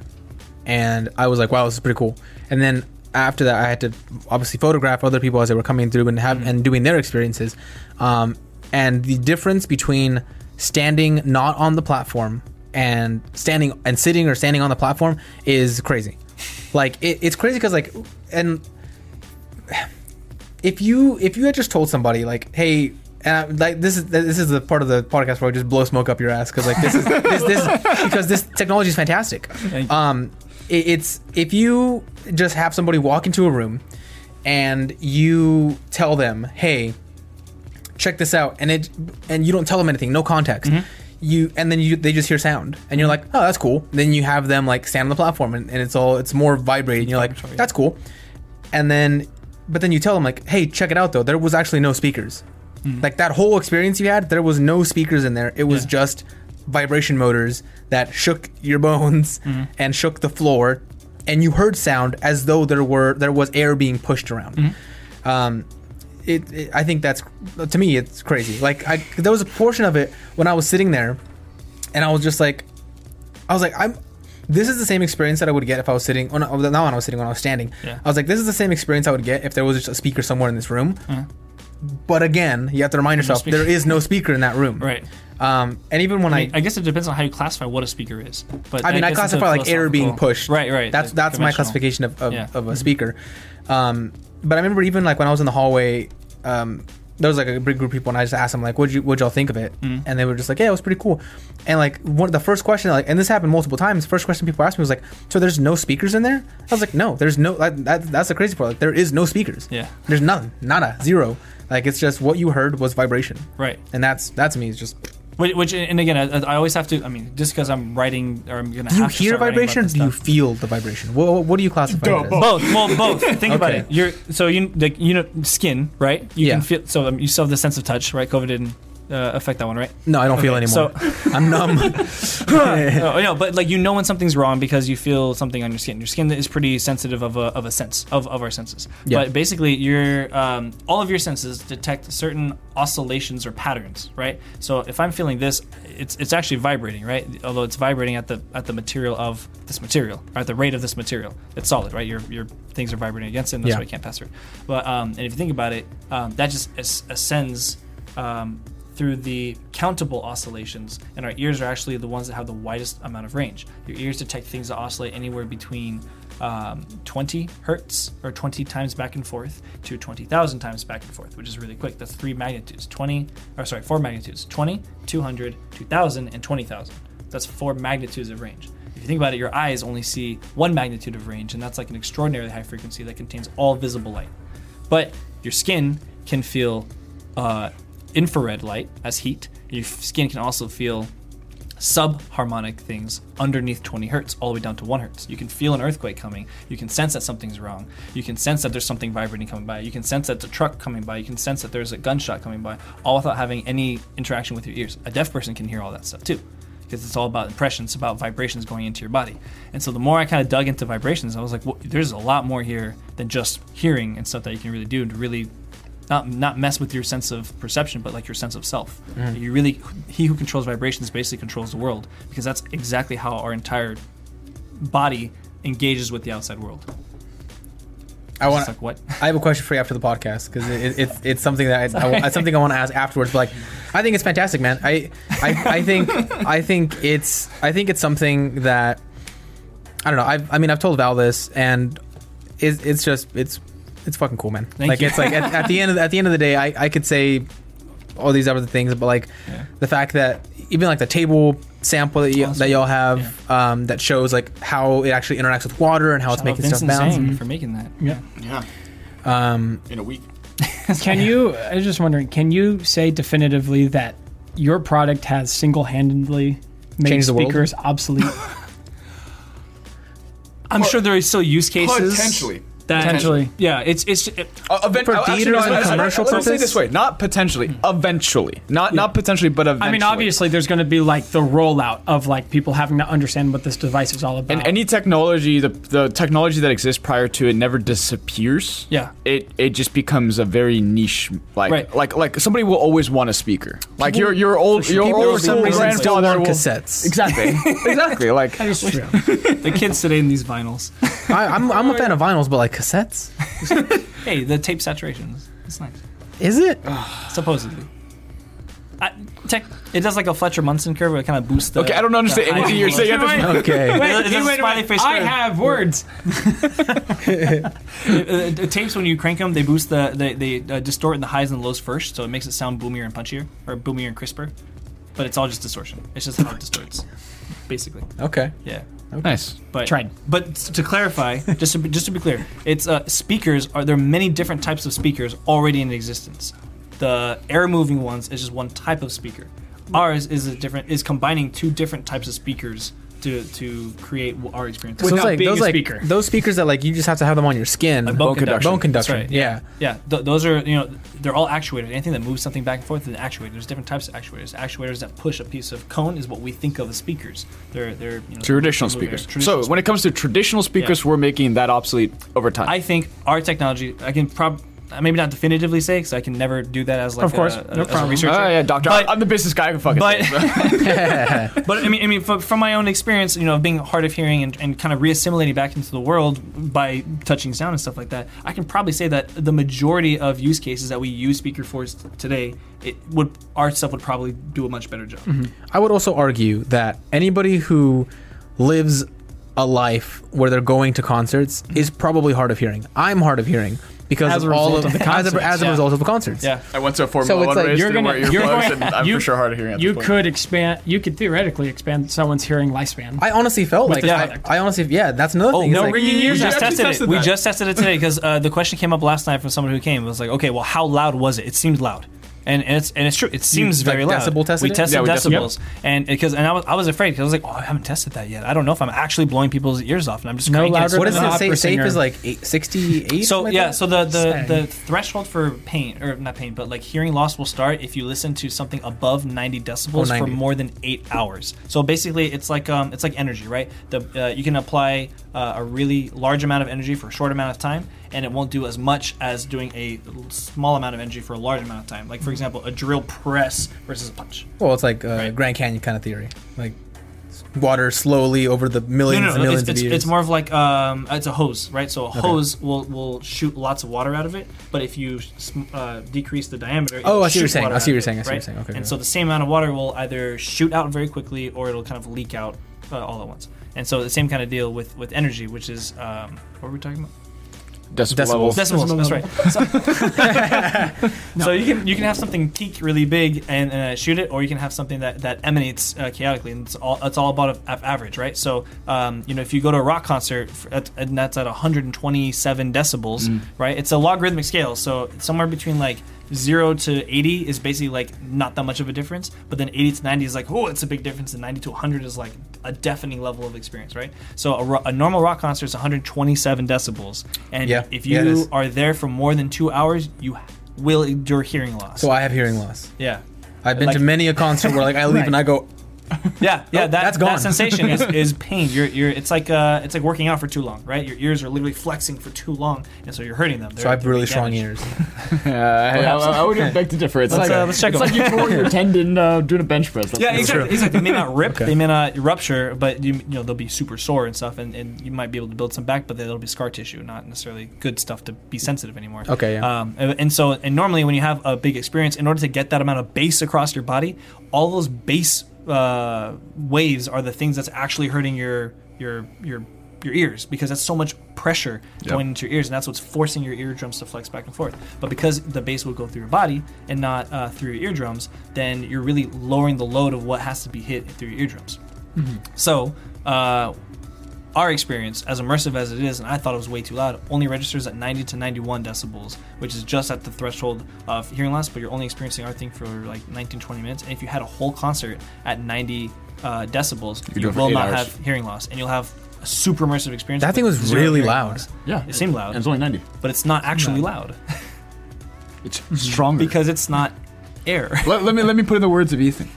and I was like, "Wow, this is pretty cool." And then after that, I had to obviously photograph other people as they were coming through and
Mm.
have and doing their experiences. Um, and the difference between standing not on the platform and standing and sitting or standing on the platform is crazy. Like it, it's crazy because like and if you if you had just told somebody like, hey, and I, like this is this is the part of the podcast where I just blow smoke up your ass because like this is this this because this technology is fantastic. Um, it, it's if you just have somebody walk into a room and you tell them, hey, check this out, and it and you don't tell them anything, no context. You, and then you they just hear sound and you're like oh that's cool then you have them like stand on the platform and, and it's all it's more vibrating you're like that's cool and then but then you tell them like hey check it out though there was actually no speakers like that whole experience you had there was no speakers in there it was just vibration motors that shook your bones and shook the floor and you heard sound as though there were there was air being pushed around um it, it i think that's to me it's crazy like i there was a portion of it when i was sitting there and i was just like I was like, I'm. This is the same experience that I would get if I was sitting. Oh no, not when I was sitting, when I was standing.
Yeah.
I was like, this is the same experience I would get if there was just a speaker somewhere in this room. But again, you have to remind yourself
speaker.
there is no speaker in that room.
Right.
Um, and even when I,
I, mean, I guess it depends on how you classify what a speaker is. But
I mean, I,
guess it's a
classify like air being
philosophical-
pushed.
Right, right.
That's
the
that's my
conventional.
classification of of,
Yeah.
of a speaker. Um, but I remember even like when I was in the hallway, um, there was like a big group of people, and I just asked them like, "What you what y'all think of it?"
Mm-hmm.
And they were just like, "Yeah, it was pretty cool." And like one the first question, like, and this happened multiple times. First question people asked me was like, "So there's no speakers in there?" I was like, "No, there's no." Like, that, that's the crazy part. Like, there is no speakers.
Yeah.
there's none, nada, zero. Like it's just what you heard was vibration,
Right.
and that's that to me is just.
Which, which and again, I, I always have to. I mean, just because I'm writing or I'm gonna.
Do you
have to
hear
start writing
vibration or
about this
do you
stuff.
feel the vibration? What, what do you classify? it as?
both? Well, both. Think about
Okay.
it. You're so you like you know skin, right? You
Yeah.
can feel. So um, you still have the sense of touch, right? COVID didn't uh, affect that one, right?
No, I don't feel anymore. I'm numb.
Oh, no, but like you know when something's wrong because you feel something on your skin. Your skin is pretty sensitive of a, of a sense of, of our senses.
Yeah.
But basically, your um, all of your senses detect certain oscillations or patterns, right? So if I'm feeling this, it's it's actually vibrating, right? Although it's vibrating at the at the material of this material, or at the rate of this material. It's solid, right? Your your things are vibrating against it, and that's
Yeah.
why it can't pass through. But um, and if you think about it, um, that just as- ascends. Um, through the countable oscillations, and our ears are actually the ones that have the widest amount of range. Your ears detect things that oscillate anywhere between um, 20 hertz or 20 times back and forth to 20,000 times back and forth, which is really quick. That's three magnitudes 20, or sorry, four magnitudes 20, 200, 2000, and 20,000. That's four magnitudes of range. If you think about it, your eyes only see one magnitude of range, and that's like an extraordinarily high frequency that contains all visible light but your skin can feel uh, infrared light as heat. Your f- skin can also feel subharmonic things underneath 20 hertz all the way down to 1 hertz. You can feel an earthquake coming. You can sense that something's wrong. You can sense that there's something vibrating coming by. You can sense that the truck coming by. You can sense that there's a gunshot coming by, all without having any interaction with your ears. A deaf person can hear all that stuff too because it's all about impressions, about vibrations going into your body. And so the more I kind of dug into vibrations, I was like, well, there's a lot more here than just hearing and stuff that you can really do to really not not mess with your sense of perception, but like your sense of self. You really, he who controls vibrations basically controls the world because that's exactly how our entire body engages with the outside world.
I
It's
want.
like what?
I have a question for you after the podcast because it, it, it's it's something that I, I, it's something I want to ask afterwards. But like, I think it's fantastic, man. I, I I think I think it's I think it's something that I don't know. I've, I mean, I've told Val this, and it, it's just it's it's fucking cool, man.
Thank
like
you.
it's like at, at the end of, at the end of the day, I, I could say all these other things, but like the fact that even like the table sample that, you,
Oh, that's
that
right.
y'all have um, that shows like how it actually interacts with water and how it's
Shout out
making stuff
Vincent
bounce.
Zhang for making that.
Yeah.
Yeah,
Um,
in a week.
Can you? I was just wondering. Can you say definitively that your product has single-handedly made
Changed the world?
speakers obsolete?
I'm sure there are still use cases.
Potentially.
That,
Potentially.
Yeah, it's it's it,
Uh, event-
For
uh, actually,
theater
no,
on
no, no,
commercial
let me say it
purpose?
this way: not potentially, eventually. Not not potentially, but eventually.
I mean, obviously, there's going to be like the rollout of like people having to understand what this device is all about.
And any technology, the the technology that exists prior to it never disappears.
Yeah.
It it just becomes a very niche like
Right.
like like somebody will always want a speaker. Like your your old your
People
old
for some
school
reason still
grandfather
want
will
cassettes.
Exactly. exactly. Like
the kids today in these vinyls.
I, I'm, I'm a fan of vinyls, but like cassettes,
hey, the tape saturations. It's nice.
is it?
Supposedly. I, tech, it does like a Fletcher Munson curve where it kind of boosts the.
Okay, I don't understand
the
anything
high
you're saying at
angle.
this moment.
Okay.
It does- it does a smiley face
I
curve.
have words.
Uh, It- it- tapes when you crank them, they boost the they, they uh, distort in the highs and lows first, so it makes it sound boomier and punchier or boomier and crisper. But it's all just distortion. It's just how it distorts, basically.
Okay.
Yeah.
Nice.
But
Tried.
But to clarify, just to be, just to be clear, it's uh, speakers are there are many different types of speakers already in existence. The air moving ones is just one type of speaker. Ours is a different is combining two different types of speakers to to create wh- our experience.
So it's like
being
those
a
like
speaker.
those speakers that like you just have to have them on your skin.
Like bone conduction.
Bone conduction.
That's right,
Yeah.
Yeah, th- those are you know they're all actuators. Anything that moves something back and forth is an actuator. There's different types of actuators. Actuators that push a piece of cone is what we think of as speakers. They're they're you know,
Traditional
they move air.
speakers.
Traditional
so when it comes to traditional speakers, we're making that obsolete over time.
I think our technology, I can prob maybe not definitively say because I can never do that as like
Of course,
a,
no
as a
problem.
researcher.
Oh, yeah, doctor.
But-
I'm the business guy. I can fucking
but-
say it.
But I mean, I mean, from, from my own experience, you know, of being hard of hearing and, and kind of reassimilating back into the world by touching sound and stuff like that, I can probably say that the majority of use cases that we use speaker for s- today, it would our stuff would probably do a much better job.
I would also argue that anybody who lives a life where they're going to concerts is probably hard of hearing. I'm hard of hearing because
As a
of all
result
of,
of the
as, a,
concerts,
as a
yeah.
result of the concerts.
Yeah.
I went to a Formula
it's
One
like,
race.
you're
didn't
gonna-
wear
you're
earplugs,
going-
and I'm
you-
for sure hard of hearing. At
You
this point.
could expand. You could theoretically expand someone's hearing lifespan.
I honestly felt like
the Oh,
I,
product.
I honestly yeah that's another thing. It's like-
we just
actually
tested,
tested
it. We
that.
just tested it today because uh, the question came up last night from someone who came. It was like, okay, well, how loud was it? It seemed loud. And, and it's and it's true. It seems
like,
very loud.
decibel tested
we
it?
tested
Yeah, we tested it.
decibels, and because and I was, I was afraid because I was like, oh, I haven't tested that yet. I don't know if I'm actually blowing people's ears off, and I'm just
No
cranking it
louder
so
what is
than
loud.
an
it?
opera
Safe, safe
singer.
is like eight, 68?
So yeah, so the the,
Stang.
the threshold for pain or not pain, but like hearing loss will start if you listen to something above 90 decibels
Oh, 90.
for more than eight hours. So basically, it's like um, it's like energy, right? The uh, you can apply uh, a really large amount of energy for a short amount of time, and it won't do as much as doing a l- small amount of energy for a large amount of time. Like for example, a drill press versus a punch.
well it's like uh, Grand Canyon kind of theory like water slowly over the millions and millions of
it's, it's,
years.
it's more of like um, it's a hose, right? So a hose will, will shoot lots of water out of it, but if you sm- uh, decrease the diameter,
Oh,
it'll
I see what you're
shoot
saying.
water
I see what
out
you're
of
saying.
it,
I see what you're saying. Okay,
and
yeah.
so the same amount of water will either shoot out very quickly or it'll kind of leak out uh, all at once. And so the same kind of deal with with energy, which is um, what were we talking about?
Decibel
Decibels.
levels.
Decimals. That's right. So, so you can you can have something peak really big and uh, shoot it, or you can have something that that emanates uh, chaotically, and it's all it's all about a, a- average, right? So um, you know if you go to a rock concert f- at,
Mm.
and that's at 127 decibels, right? It's a logarithmic scale, so it's somewhere between like zero to eighty is basically like not that much of a difference, but then eighty to ninety is like oh, it's a big difference, and ninety to one hundred is like a deafening level of experience, right? So a, ro- a normal rock concert is one hundred twenty-seven decibels, and
Yeah.
if
Yeah, it
you
is.
are there for more than two hours, you will endure hearing loss.
So I have hearing loss.
yeah.
I've been to
Like-
many a concert where like I leave and I go,
Yeah, yeah, that,
that's gone.
that sensation is, is pain. You're, you're, it's like uh, it's like working out for too long, right? Your ears are literally flexing for too long, and so you're hurting them.
so I have
They're-
really
they're
strong
damaged.
ears.
I, I- I would expect to differ. It's
Let's,
like
uh, let's check
it's
them.
like you tore your tendon uh, doing a bench press. That's
Yeah,
not-
exactly. exactly. They may not rip, they may not rupture, but you, you know they'll be super sore and stuff, and, and you might be able to build some back, but then it'll be scar tissue, not necessarily good stuff to be sensitive anymore.
Okay, yeah.
Um, and, and so, and normally when you have a big experience, in order to get that amount of bass across your body, all those bass uh, waves are the things that's actually hurting your your your your ears because that's so much pressure going into your ears, and that's what's forcing your eardrums to flex back and forth. But because the bass would go through your body and not uh, through your eardrums, then you're really lowering the load of what has to be hit through your eardrums. So, uh, our experience, as immersive as it is, and I thought it was way too loud, only registers at 90 to 91 decibels, which is just at the threshold of hearing loss, but you're only experiencing our thing for like 19, 20 minutes. And if you had a whole concert at 90 uh, decibels,
could
you,
do it for
will
eight
not
hours.
have hearing loss, and you'll have a super immersive experience.
That
with
thing was
zero
really
hearing
loud.
loss.
yeah.
It seemed
And
loud,
it's only ninety.
but it's not actually loud
It's stronger.
because it's not air.
Let, let me let me put in the words of Ethan.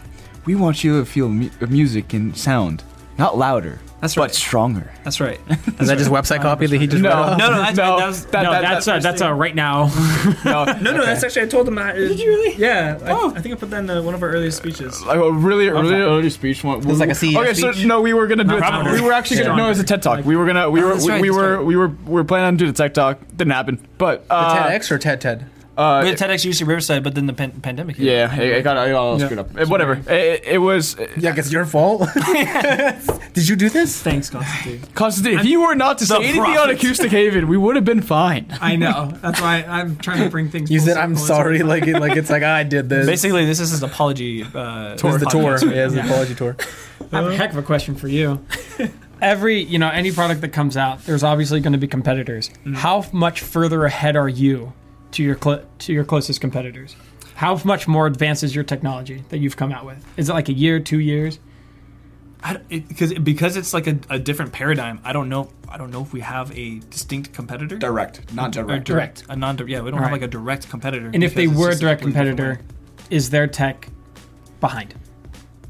We want you to feel mu-
uh,
music and sound, not louder,
That's
but
right.
stronger.
That's right.
Is that just website copy that he just read off?
No, no, that's,
No,
that was,
that-
no,
that-
that's a, that's a right now.
No, no, that's actually I told him. I, Did you really? Yeah. I, I think I put that in uh, one of our earliest speeches.
Like a really, really early speech. One.
was like a CES
Okay,
speech? Oh,
so no, we were gonna do it.
probably.
We were actually gonna. No, it was a TED talk. We were gonna. We were.
that's
we,
right,
we
that's
were,
right.
we were. We were planning on doing a TED talk. Didn't happen. But uh,
TEDx or TED TED?
uh,
we had TEDx UC Riverside, but then the pan- pandemic. hit.
yeah, it, it got, it got all screwed up. Eh, whatever. It, it was
Yeah, it's your fault. Did you do this?
Thanks, Constantine.
Constantine. If you were not to say anything on Acoustic Haven, we would have been fine.
I know. That's why I'm trying to bring things.
You
full
said I'm
circle as
sorry, like it, like it's like I did this.
Basically, this is his apology uh,
It was the tour.
podcast.
Yeah, it was the apology tour.
I have a heck of a question for you. Every, you know, any product that comes out, there's obviously going to be competitors. How f- much further ahead are you to your cl- to your closest competitors? How f- much more advanced is your technology that you've come out with? Is it like a year, two years?
because because it's like a, a different paradigm. I don't know. I don't know if we have a distinct competitor.
Direct, not
Or
direct.
direct, a non. Yeah, we don't have
Right.
like a direct competitor.
And if they
because it's
were a
just
direct
completely
competitor,
different
is their tech behind?
way.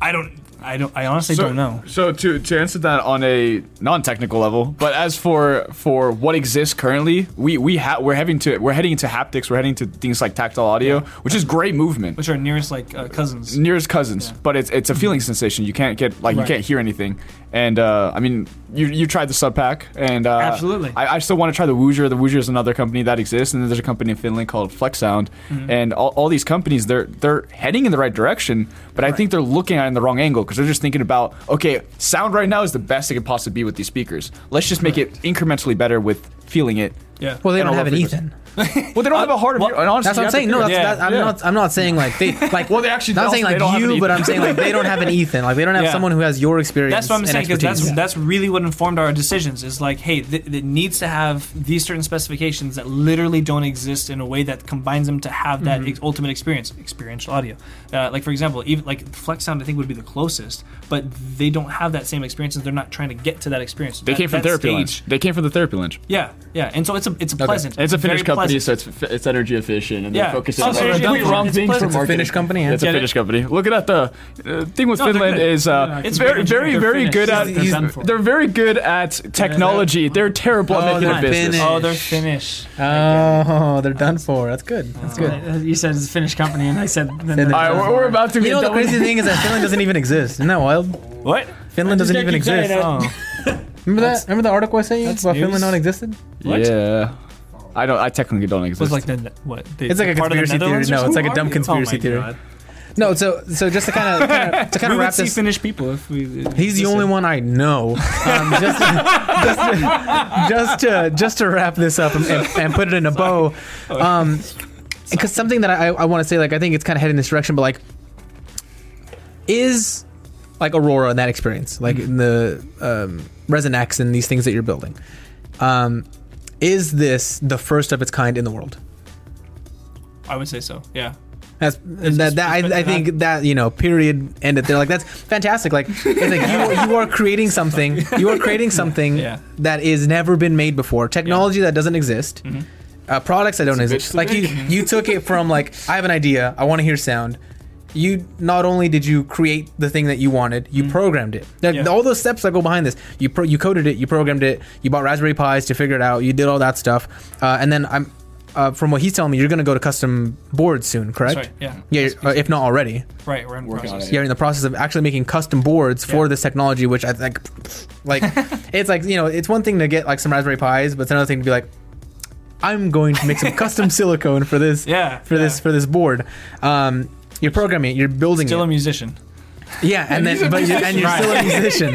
I don't. I don't. I honestly don't know.
So to to answer that on a non-technical level, but as for for what exists currently, we we ha- we're heading to we're heading into haptics, we're heading to things like tactile audio, which is great movement.
Which are nearest like uh, cousins?
nearest cousins, but it's it's a feeling sensation. You can't get like you can't hear anything. And uh, I mean, you you tried the sub pack, and uh,
Absolutely.
I, I still want to try the Woozer. The Woozer is another company that exists, and then there's a company in Finland called Flex Sound, and all, all these companies they're they're heading in the right direction, but I think they're looking at it in the wrong angle because they're just thinking about okay, sound right now is the best it could possibly be with these speakers. Let's just make it incrementally better with feeling it.
Yeah.
Well, they
And
don't
all
have an
over
Ethan.
Well, they don't have a heart of
well,
hearing- and honestly,
That's what
you
I'm
have to
saying. No, that's,
figure-
Yeah.
that's I'm
Yeah.
not. I'm not saying like they like.
Well, they actually
Not
don't-
saying
they
like
don't have an
you,
Ethan.
but I'm saying like they don't have an Ethan. Like they don't have
Yeah.
someone who has your experience.
That's what I'm
and
saying because that's
expertise.
that's really what informed our decisions. Is like, hey, th- it needs to have these certain specifications that literally don't exist in a way that combines them to have that
Mm-hmm.
ex- ultimate experience, experiential audio. Uh, like for example, even like Flex Sound, I think would be the closest, but they don't have that same experience, and they're not trying to get to that experience.
They
That-
came from
that
therapy
stage-
lounge. They came from the therapy lounge.
Yeah, yeah, and so it's a it's a pleasant.
It's a Finnish
very
company,
pleasant.
so it's f- it's energy efficient, and
Yeah.
they're focusing
Oh,
on
so
like,
energy
the
efficient.
wrong
It's
things for
pleasant.
It's a
marketing.
Finnish company. Yeah.
It's a Finnish company. Look at that. The uh, thing with
No, they're
Finland
good.
is uh,
it's
very,
Finnish.
very,
They're
very
Finnish.
good at.
He's- he's-
They're, very good at technology. they're terrible
Oh,
at making
they're
a business.
Finnish.
Oh, they're Finnish.
Oh, they're done for. That's good. That's good.
Uh, You said it's a Finnish company, and I said then
Then
the-
All right, we're, we're about to be
You know the
done. with-
crazy thing is that Finland doesn't even exist. Isn't that wild?
What?
Finland doesn't even exist.
Oh.
Remember that? Remember the article I sent you about Finland
news.
not existed?
What?
Yeah, I don't. I technically don't exist.
Was like the what? The,
It's like a
part of the
conspiracy theory.
Netherlands or
No, it's
something?
like a dumb
Who are you?
conspiracy
oh my
theory.
God.
No. So so just to kind of to kind of
we
wrap
would see
this.
Finnish people if we.
He's the only one I know. Um, just, just, to, just to just to wrap this up and, and, and put it in a bow, um, because something that I, I want to say, like I think it's kind of heading this direction, but like, is like Aurora and that experience, like in the um, Resin X and these things that you're building, um, is this the first of its kind in the world?
I would say so. Yeah.
That's that, that I, I think that you know period ended there like that's fantastic like it's like you, you are creating something you are creating something
Yeah.
that is never been made before technology that doesn't exist
Mm-hmm.
uh, products that don't exist like you you took it from like I have an idea I want to hear sound you not only did you create the thing that you wanted you programmed it Like,
Mm-hmm. Yeah.
all those steps that go behind this you pro- you coded it you programmed it you bought Raspberry Pis to figure it out you did all that stuff uh, and then I'm uh, from what he's telling me, you're going to go to custom boards soon, correct?
Sorry. Yeah.
Yeah, you're- uh, if not already,
Right. We're in
Working on
process.
it.
you're in the process of actually making custom boards for
Yeah.
this technology, which I think, like, it's like you know, it's one thing to get like some Raspberry Pis, but it's another thing to be like, I'm going to make some custom silicone for this,
Yeah.
for this, for this board. Um, you're programming it, you're building
Still a
it,
musician.
yeah, and then but you're, and you're still a musician,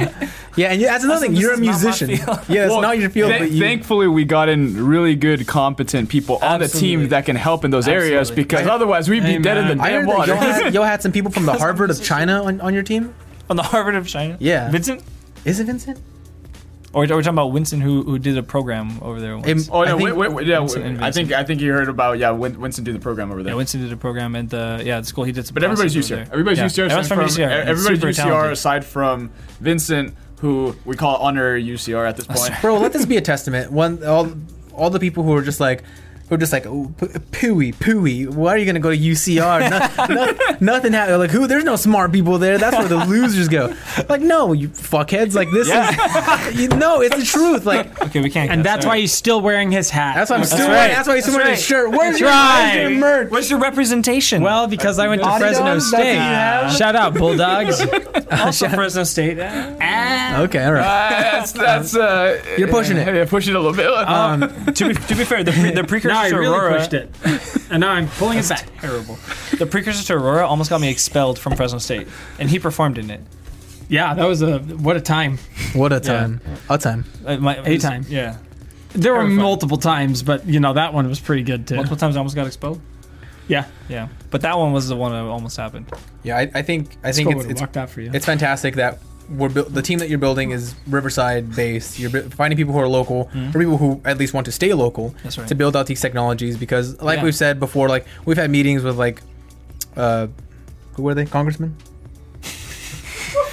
yeah, and you, that's another thing,
this
you're a
is not my
musician,
field.
yeah, it's
Well,
not your field,
th-
but you,
thankfully, we got in really good, competent people on the
Absolutely.
team that can help in those areas
Absolutely.
because otherwise we'd be
Hey,
dead in
man.
the
I
damn
heard that
water.
y'all had, y'all had some people from the Harvard of China on, on your team,
On the Harvard of China.
Yeah.
Vincent.
is it Vincent?
Or are we talking about Winston who who did a program over there? Once?
Im-
Oh
I
no!
think-
wait, wait, wait, yeah,
Vincent and
I think I think you heard about yeah. Win- Winston did the program over there.
yeah, Winston did a program at the yeah the school. He did some.
But everybody's
classes over
UCR.
there.
Everybody's
yeah.
UCR.
Everyone's
aside
from UCR.
e-
and
Everybody's
super
UCR
talented.
aside from Vincent, who we call honor UCR at this point.
bro let this be a testament one all all the people who are just like who are just like oh, p- pooey pooey why are you gonna go to ucr no, no- nothing happened like who there's no smart people there that's where the losers go like no you fuckheads like this is you, no it's the truth like
Okay, we can't.
And
guess.
that's
All
why
right.
he's still wearing his hat.
that's why i'm still wearing-
right.
that's why he's wearing his shirt where's your,
right.
where's your merch
Where's the representation?
well, because I went to
Adidas,
Fresno
that's what you
State.
have?
Shout out Bulldogs.
also Fresno State.
okay all right
Uh, that's that's uh,
You're pushing it.
Yeah, pushing it a little bit.
Uh, Um, to be to be fair, the, pre- the precursor
now I
to
really
Aurora,
pushed it, and now I'm pulling it back.
terrible. The precursor to Aurora almost got me expelled from Fresno State, and he performed in it.
Yeah, that was a what a time.
what a time a time
Uh, my-
A time.
Yeah.
There were
Terrifying.
multiple times, but you know that one was pretty good too.
Multiple times I almost got expelled.
Yeah,
Yeah. But that one was the one that almost happened.
yeah i, I think i
Score
think it's,
would have
it's
walked out for you.
it's fantastic that we're buil- the team that you're building is Riverside based. You're bu- finding people who are local or people who at least want to stay local
Mm-hmm. That's right.
to build out these technologies. Because, like
Yeah.
we've said before, like we've had meetings with like, uh, who were they? Congressmen.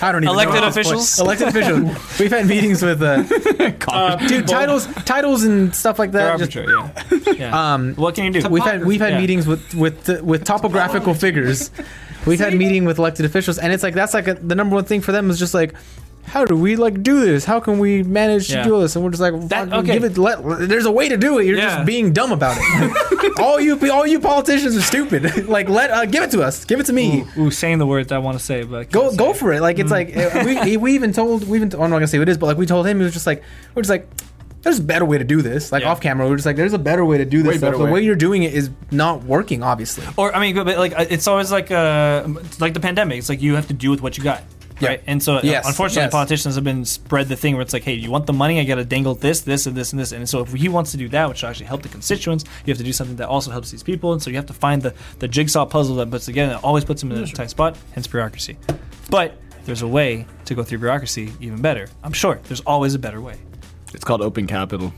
I don't even
Elected
know at this point.
officials?
Elected officials. We've had meetings with uh, dude titles, titles and stuff like
They're
that. just-
arbitrary. Yeah. yeah.
um,
what can you do?
we've had we've had
Yeah.
meetings with with with topographical figures. We've had meeting with elected officials, and it's like that's like a, the number one thing for them is just like, how do we like do this? How can we manage
Yeah.
to do this? And we're just like,
That-
fucking
okay.
give it. Let, let- there's a way to do it. You're
Yeah.
just being dumb about it. all you all you politicians are stupid. like let uh, give it to us. Give it to me.
Ooh, ooh, saying the words I want to say, but I can't
Go,
say
go
it.
for it. Like it's like uh, we, we even told we even oh, I'm not gonna say who it is, but like we told him it was just like we're just like there's a better way to do this. Like
Yeah.
off camera, we're just like there's a better way to do this.
Way
stuff.
better
The
way.
way you're doing it is not working, obviously.
Or I mean, but, but, like uh, it's always like uh, like the pandemic. It's like you have to deal with what you got. Right, and so uh,
Yes,
unfortunately,
yes.
politicians have been spread the thing where it's like, hey, you want the money? I got to dangle this, this, and this, and this. And so if he wants to do that, which will actually help the constituents, you have to do something that also helps these people. And so you have to find the, the jigsaw puzzle that puts together. That always puts them in a tight spot. Hence bureaucracy. But there's a way to go through bureaucracy even better. I'm sure there's always a better way.
it's called open capital.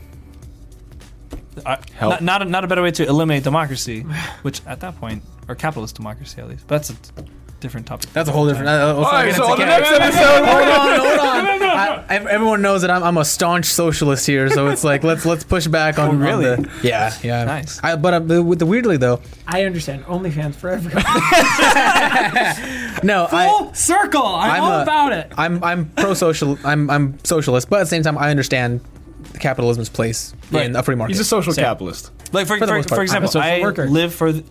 Uh,
Help.
Not not a, not a better way to eliminate democracy, which at that point, or capitalist democracy at least. But that's a t- different topic.
That's a whole different. Uh,
All right, so on the
hold
next episode, we're gonna-
on, hold on. I, ev- everyone knows that I'm, I'm a staunch socialist here, so it's like let's let's push back on, on
really?
the- yeah, yeah.
Nice.
I, but uh, the- with the weirdly though,
I understand. OnlyFans forever. everyone.
no, I,
Full circle. I'm,
I'm
all
a-
about it.
I'm I'm pro social. I'm I'm socialist, but at the same time, I understand capitalism's place in a free market.
He's a social capitalist.
Like for
For the
for,
most part,
for
I'm a
example,
social
I
worker.
live for the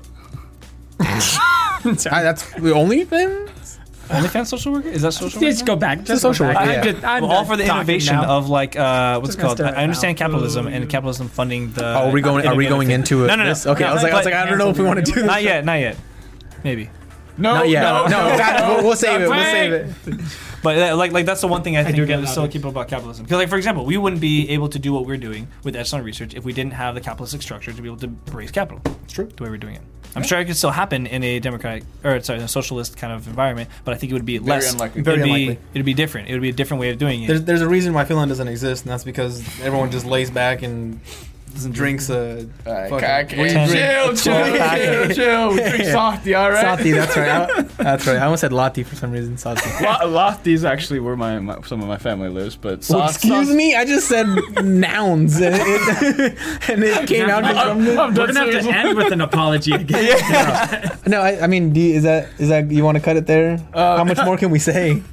I, that's the only thing.
Uh, OnlyFans social worker. Is that social worker?
Just go back. Just
social
go back.
worker,
I'm
yeah.
just- I'm
Well, all for the
talking
innovation
now.
of like uh, what's it
gonna
called?
stir it
I understand
now.
capitalism and capitalism funding the.
Oh, are we going? Are we
innovative
going
thing.
into it?
No, no, no.
this? Okay, I
No,
was like, I was
but-
like, I don't know if we want to do this.
Not yet. Not yet. Maybe.
No,
Not yet. No, that- we'll, we'll save it. We'll save it.
But uh, like, like that's the one thing I think
do get
that is
that.
so keep about capitalism. Because like, for example, we wouldn't be able to do what we're doing with Edison research if we didn't have the capitalistic structure to be able to raise capital. It's true. The way we're doing it. I'm sure it could still happen in a democratic, or sorry, in a socialist kind of environment, but I think it would be less.
unlikely.
It'd
Very
be,
unlikely.
It'd be different. It would be a different way of doing it.
There's, there's a reason why Finland doesn't exist, and that's because everyone just lays back and
doesn't
drinks a
Alright,
fucking-
chill, chill, chill, chill, chill. We drink softy, all right?
Sati, that's right. I- that's right. I almost said Lati for some reason. Sati.
Lo- Lofty's actually where my, my some of my family lives, but
Well,
soft,
excuse me, I just said nouns, and it, and it came out. to
I'm, I'm
We're
done
gonna have to
saying-
end with an apology again.
No, I, I mean, do you, is that is that you want to cut it there? How much more can we say? Uh,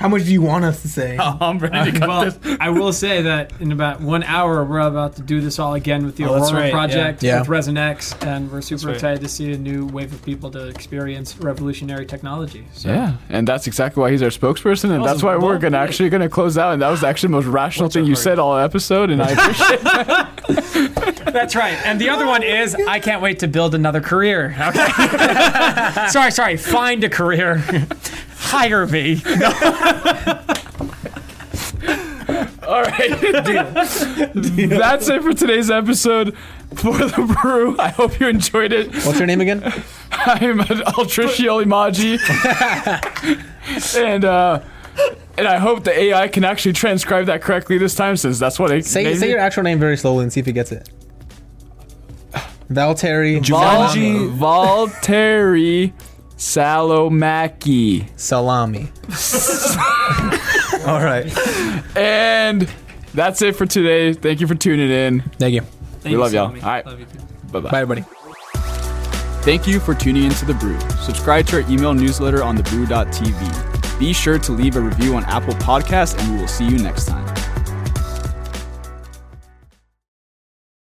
How much do you want us to say?
I'm ready to cut
well,
this.
I will say that in about one hour, we're about to do this all again with the
Oh, that's
Aurora
right,
project
yeah.
with Resin X, and we're super
right.
excited to see a new wave of people to experience revolutionary technology. So
Yeah, and that's exactly why he's our spokesperson, and that's why we're gonna actually gonna close out. And that was actually the most rational thing you said all episode, and I appreciate.
that's right. And the other one is I can't wait to build another career. Okay. sorry, sorry. Find a career. Hire me.
all right, that's it for today's episode for the brew. I hope you enjoyed it.
What's your name again?
I'm an Altricio emoji, and uh, and I hope the AI can actually transcribe that correctly this time, since that's what it
Say say your actual name very slowly and see if he gets it. Valteri
Vol- Volteri Salomaki.
Salami. All right.
And that's it for today. Thank you for tuning in.
Thank you.
we love y'all. All right. Bye bye.
Bye, everybody.
Thank you for tuning into The Brew. Subscribe to our email newsletter on thebrew.tv. Be sure to leave a review on Apple Podcasts, and we will see you next time.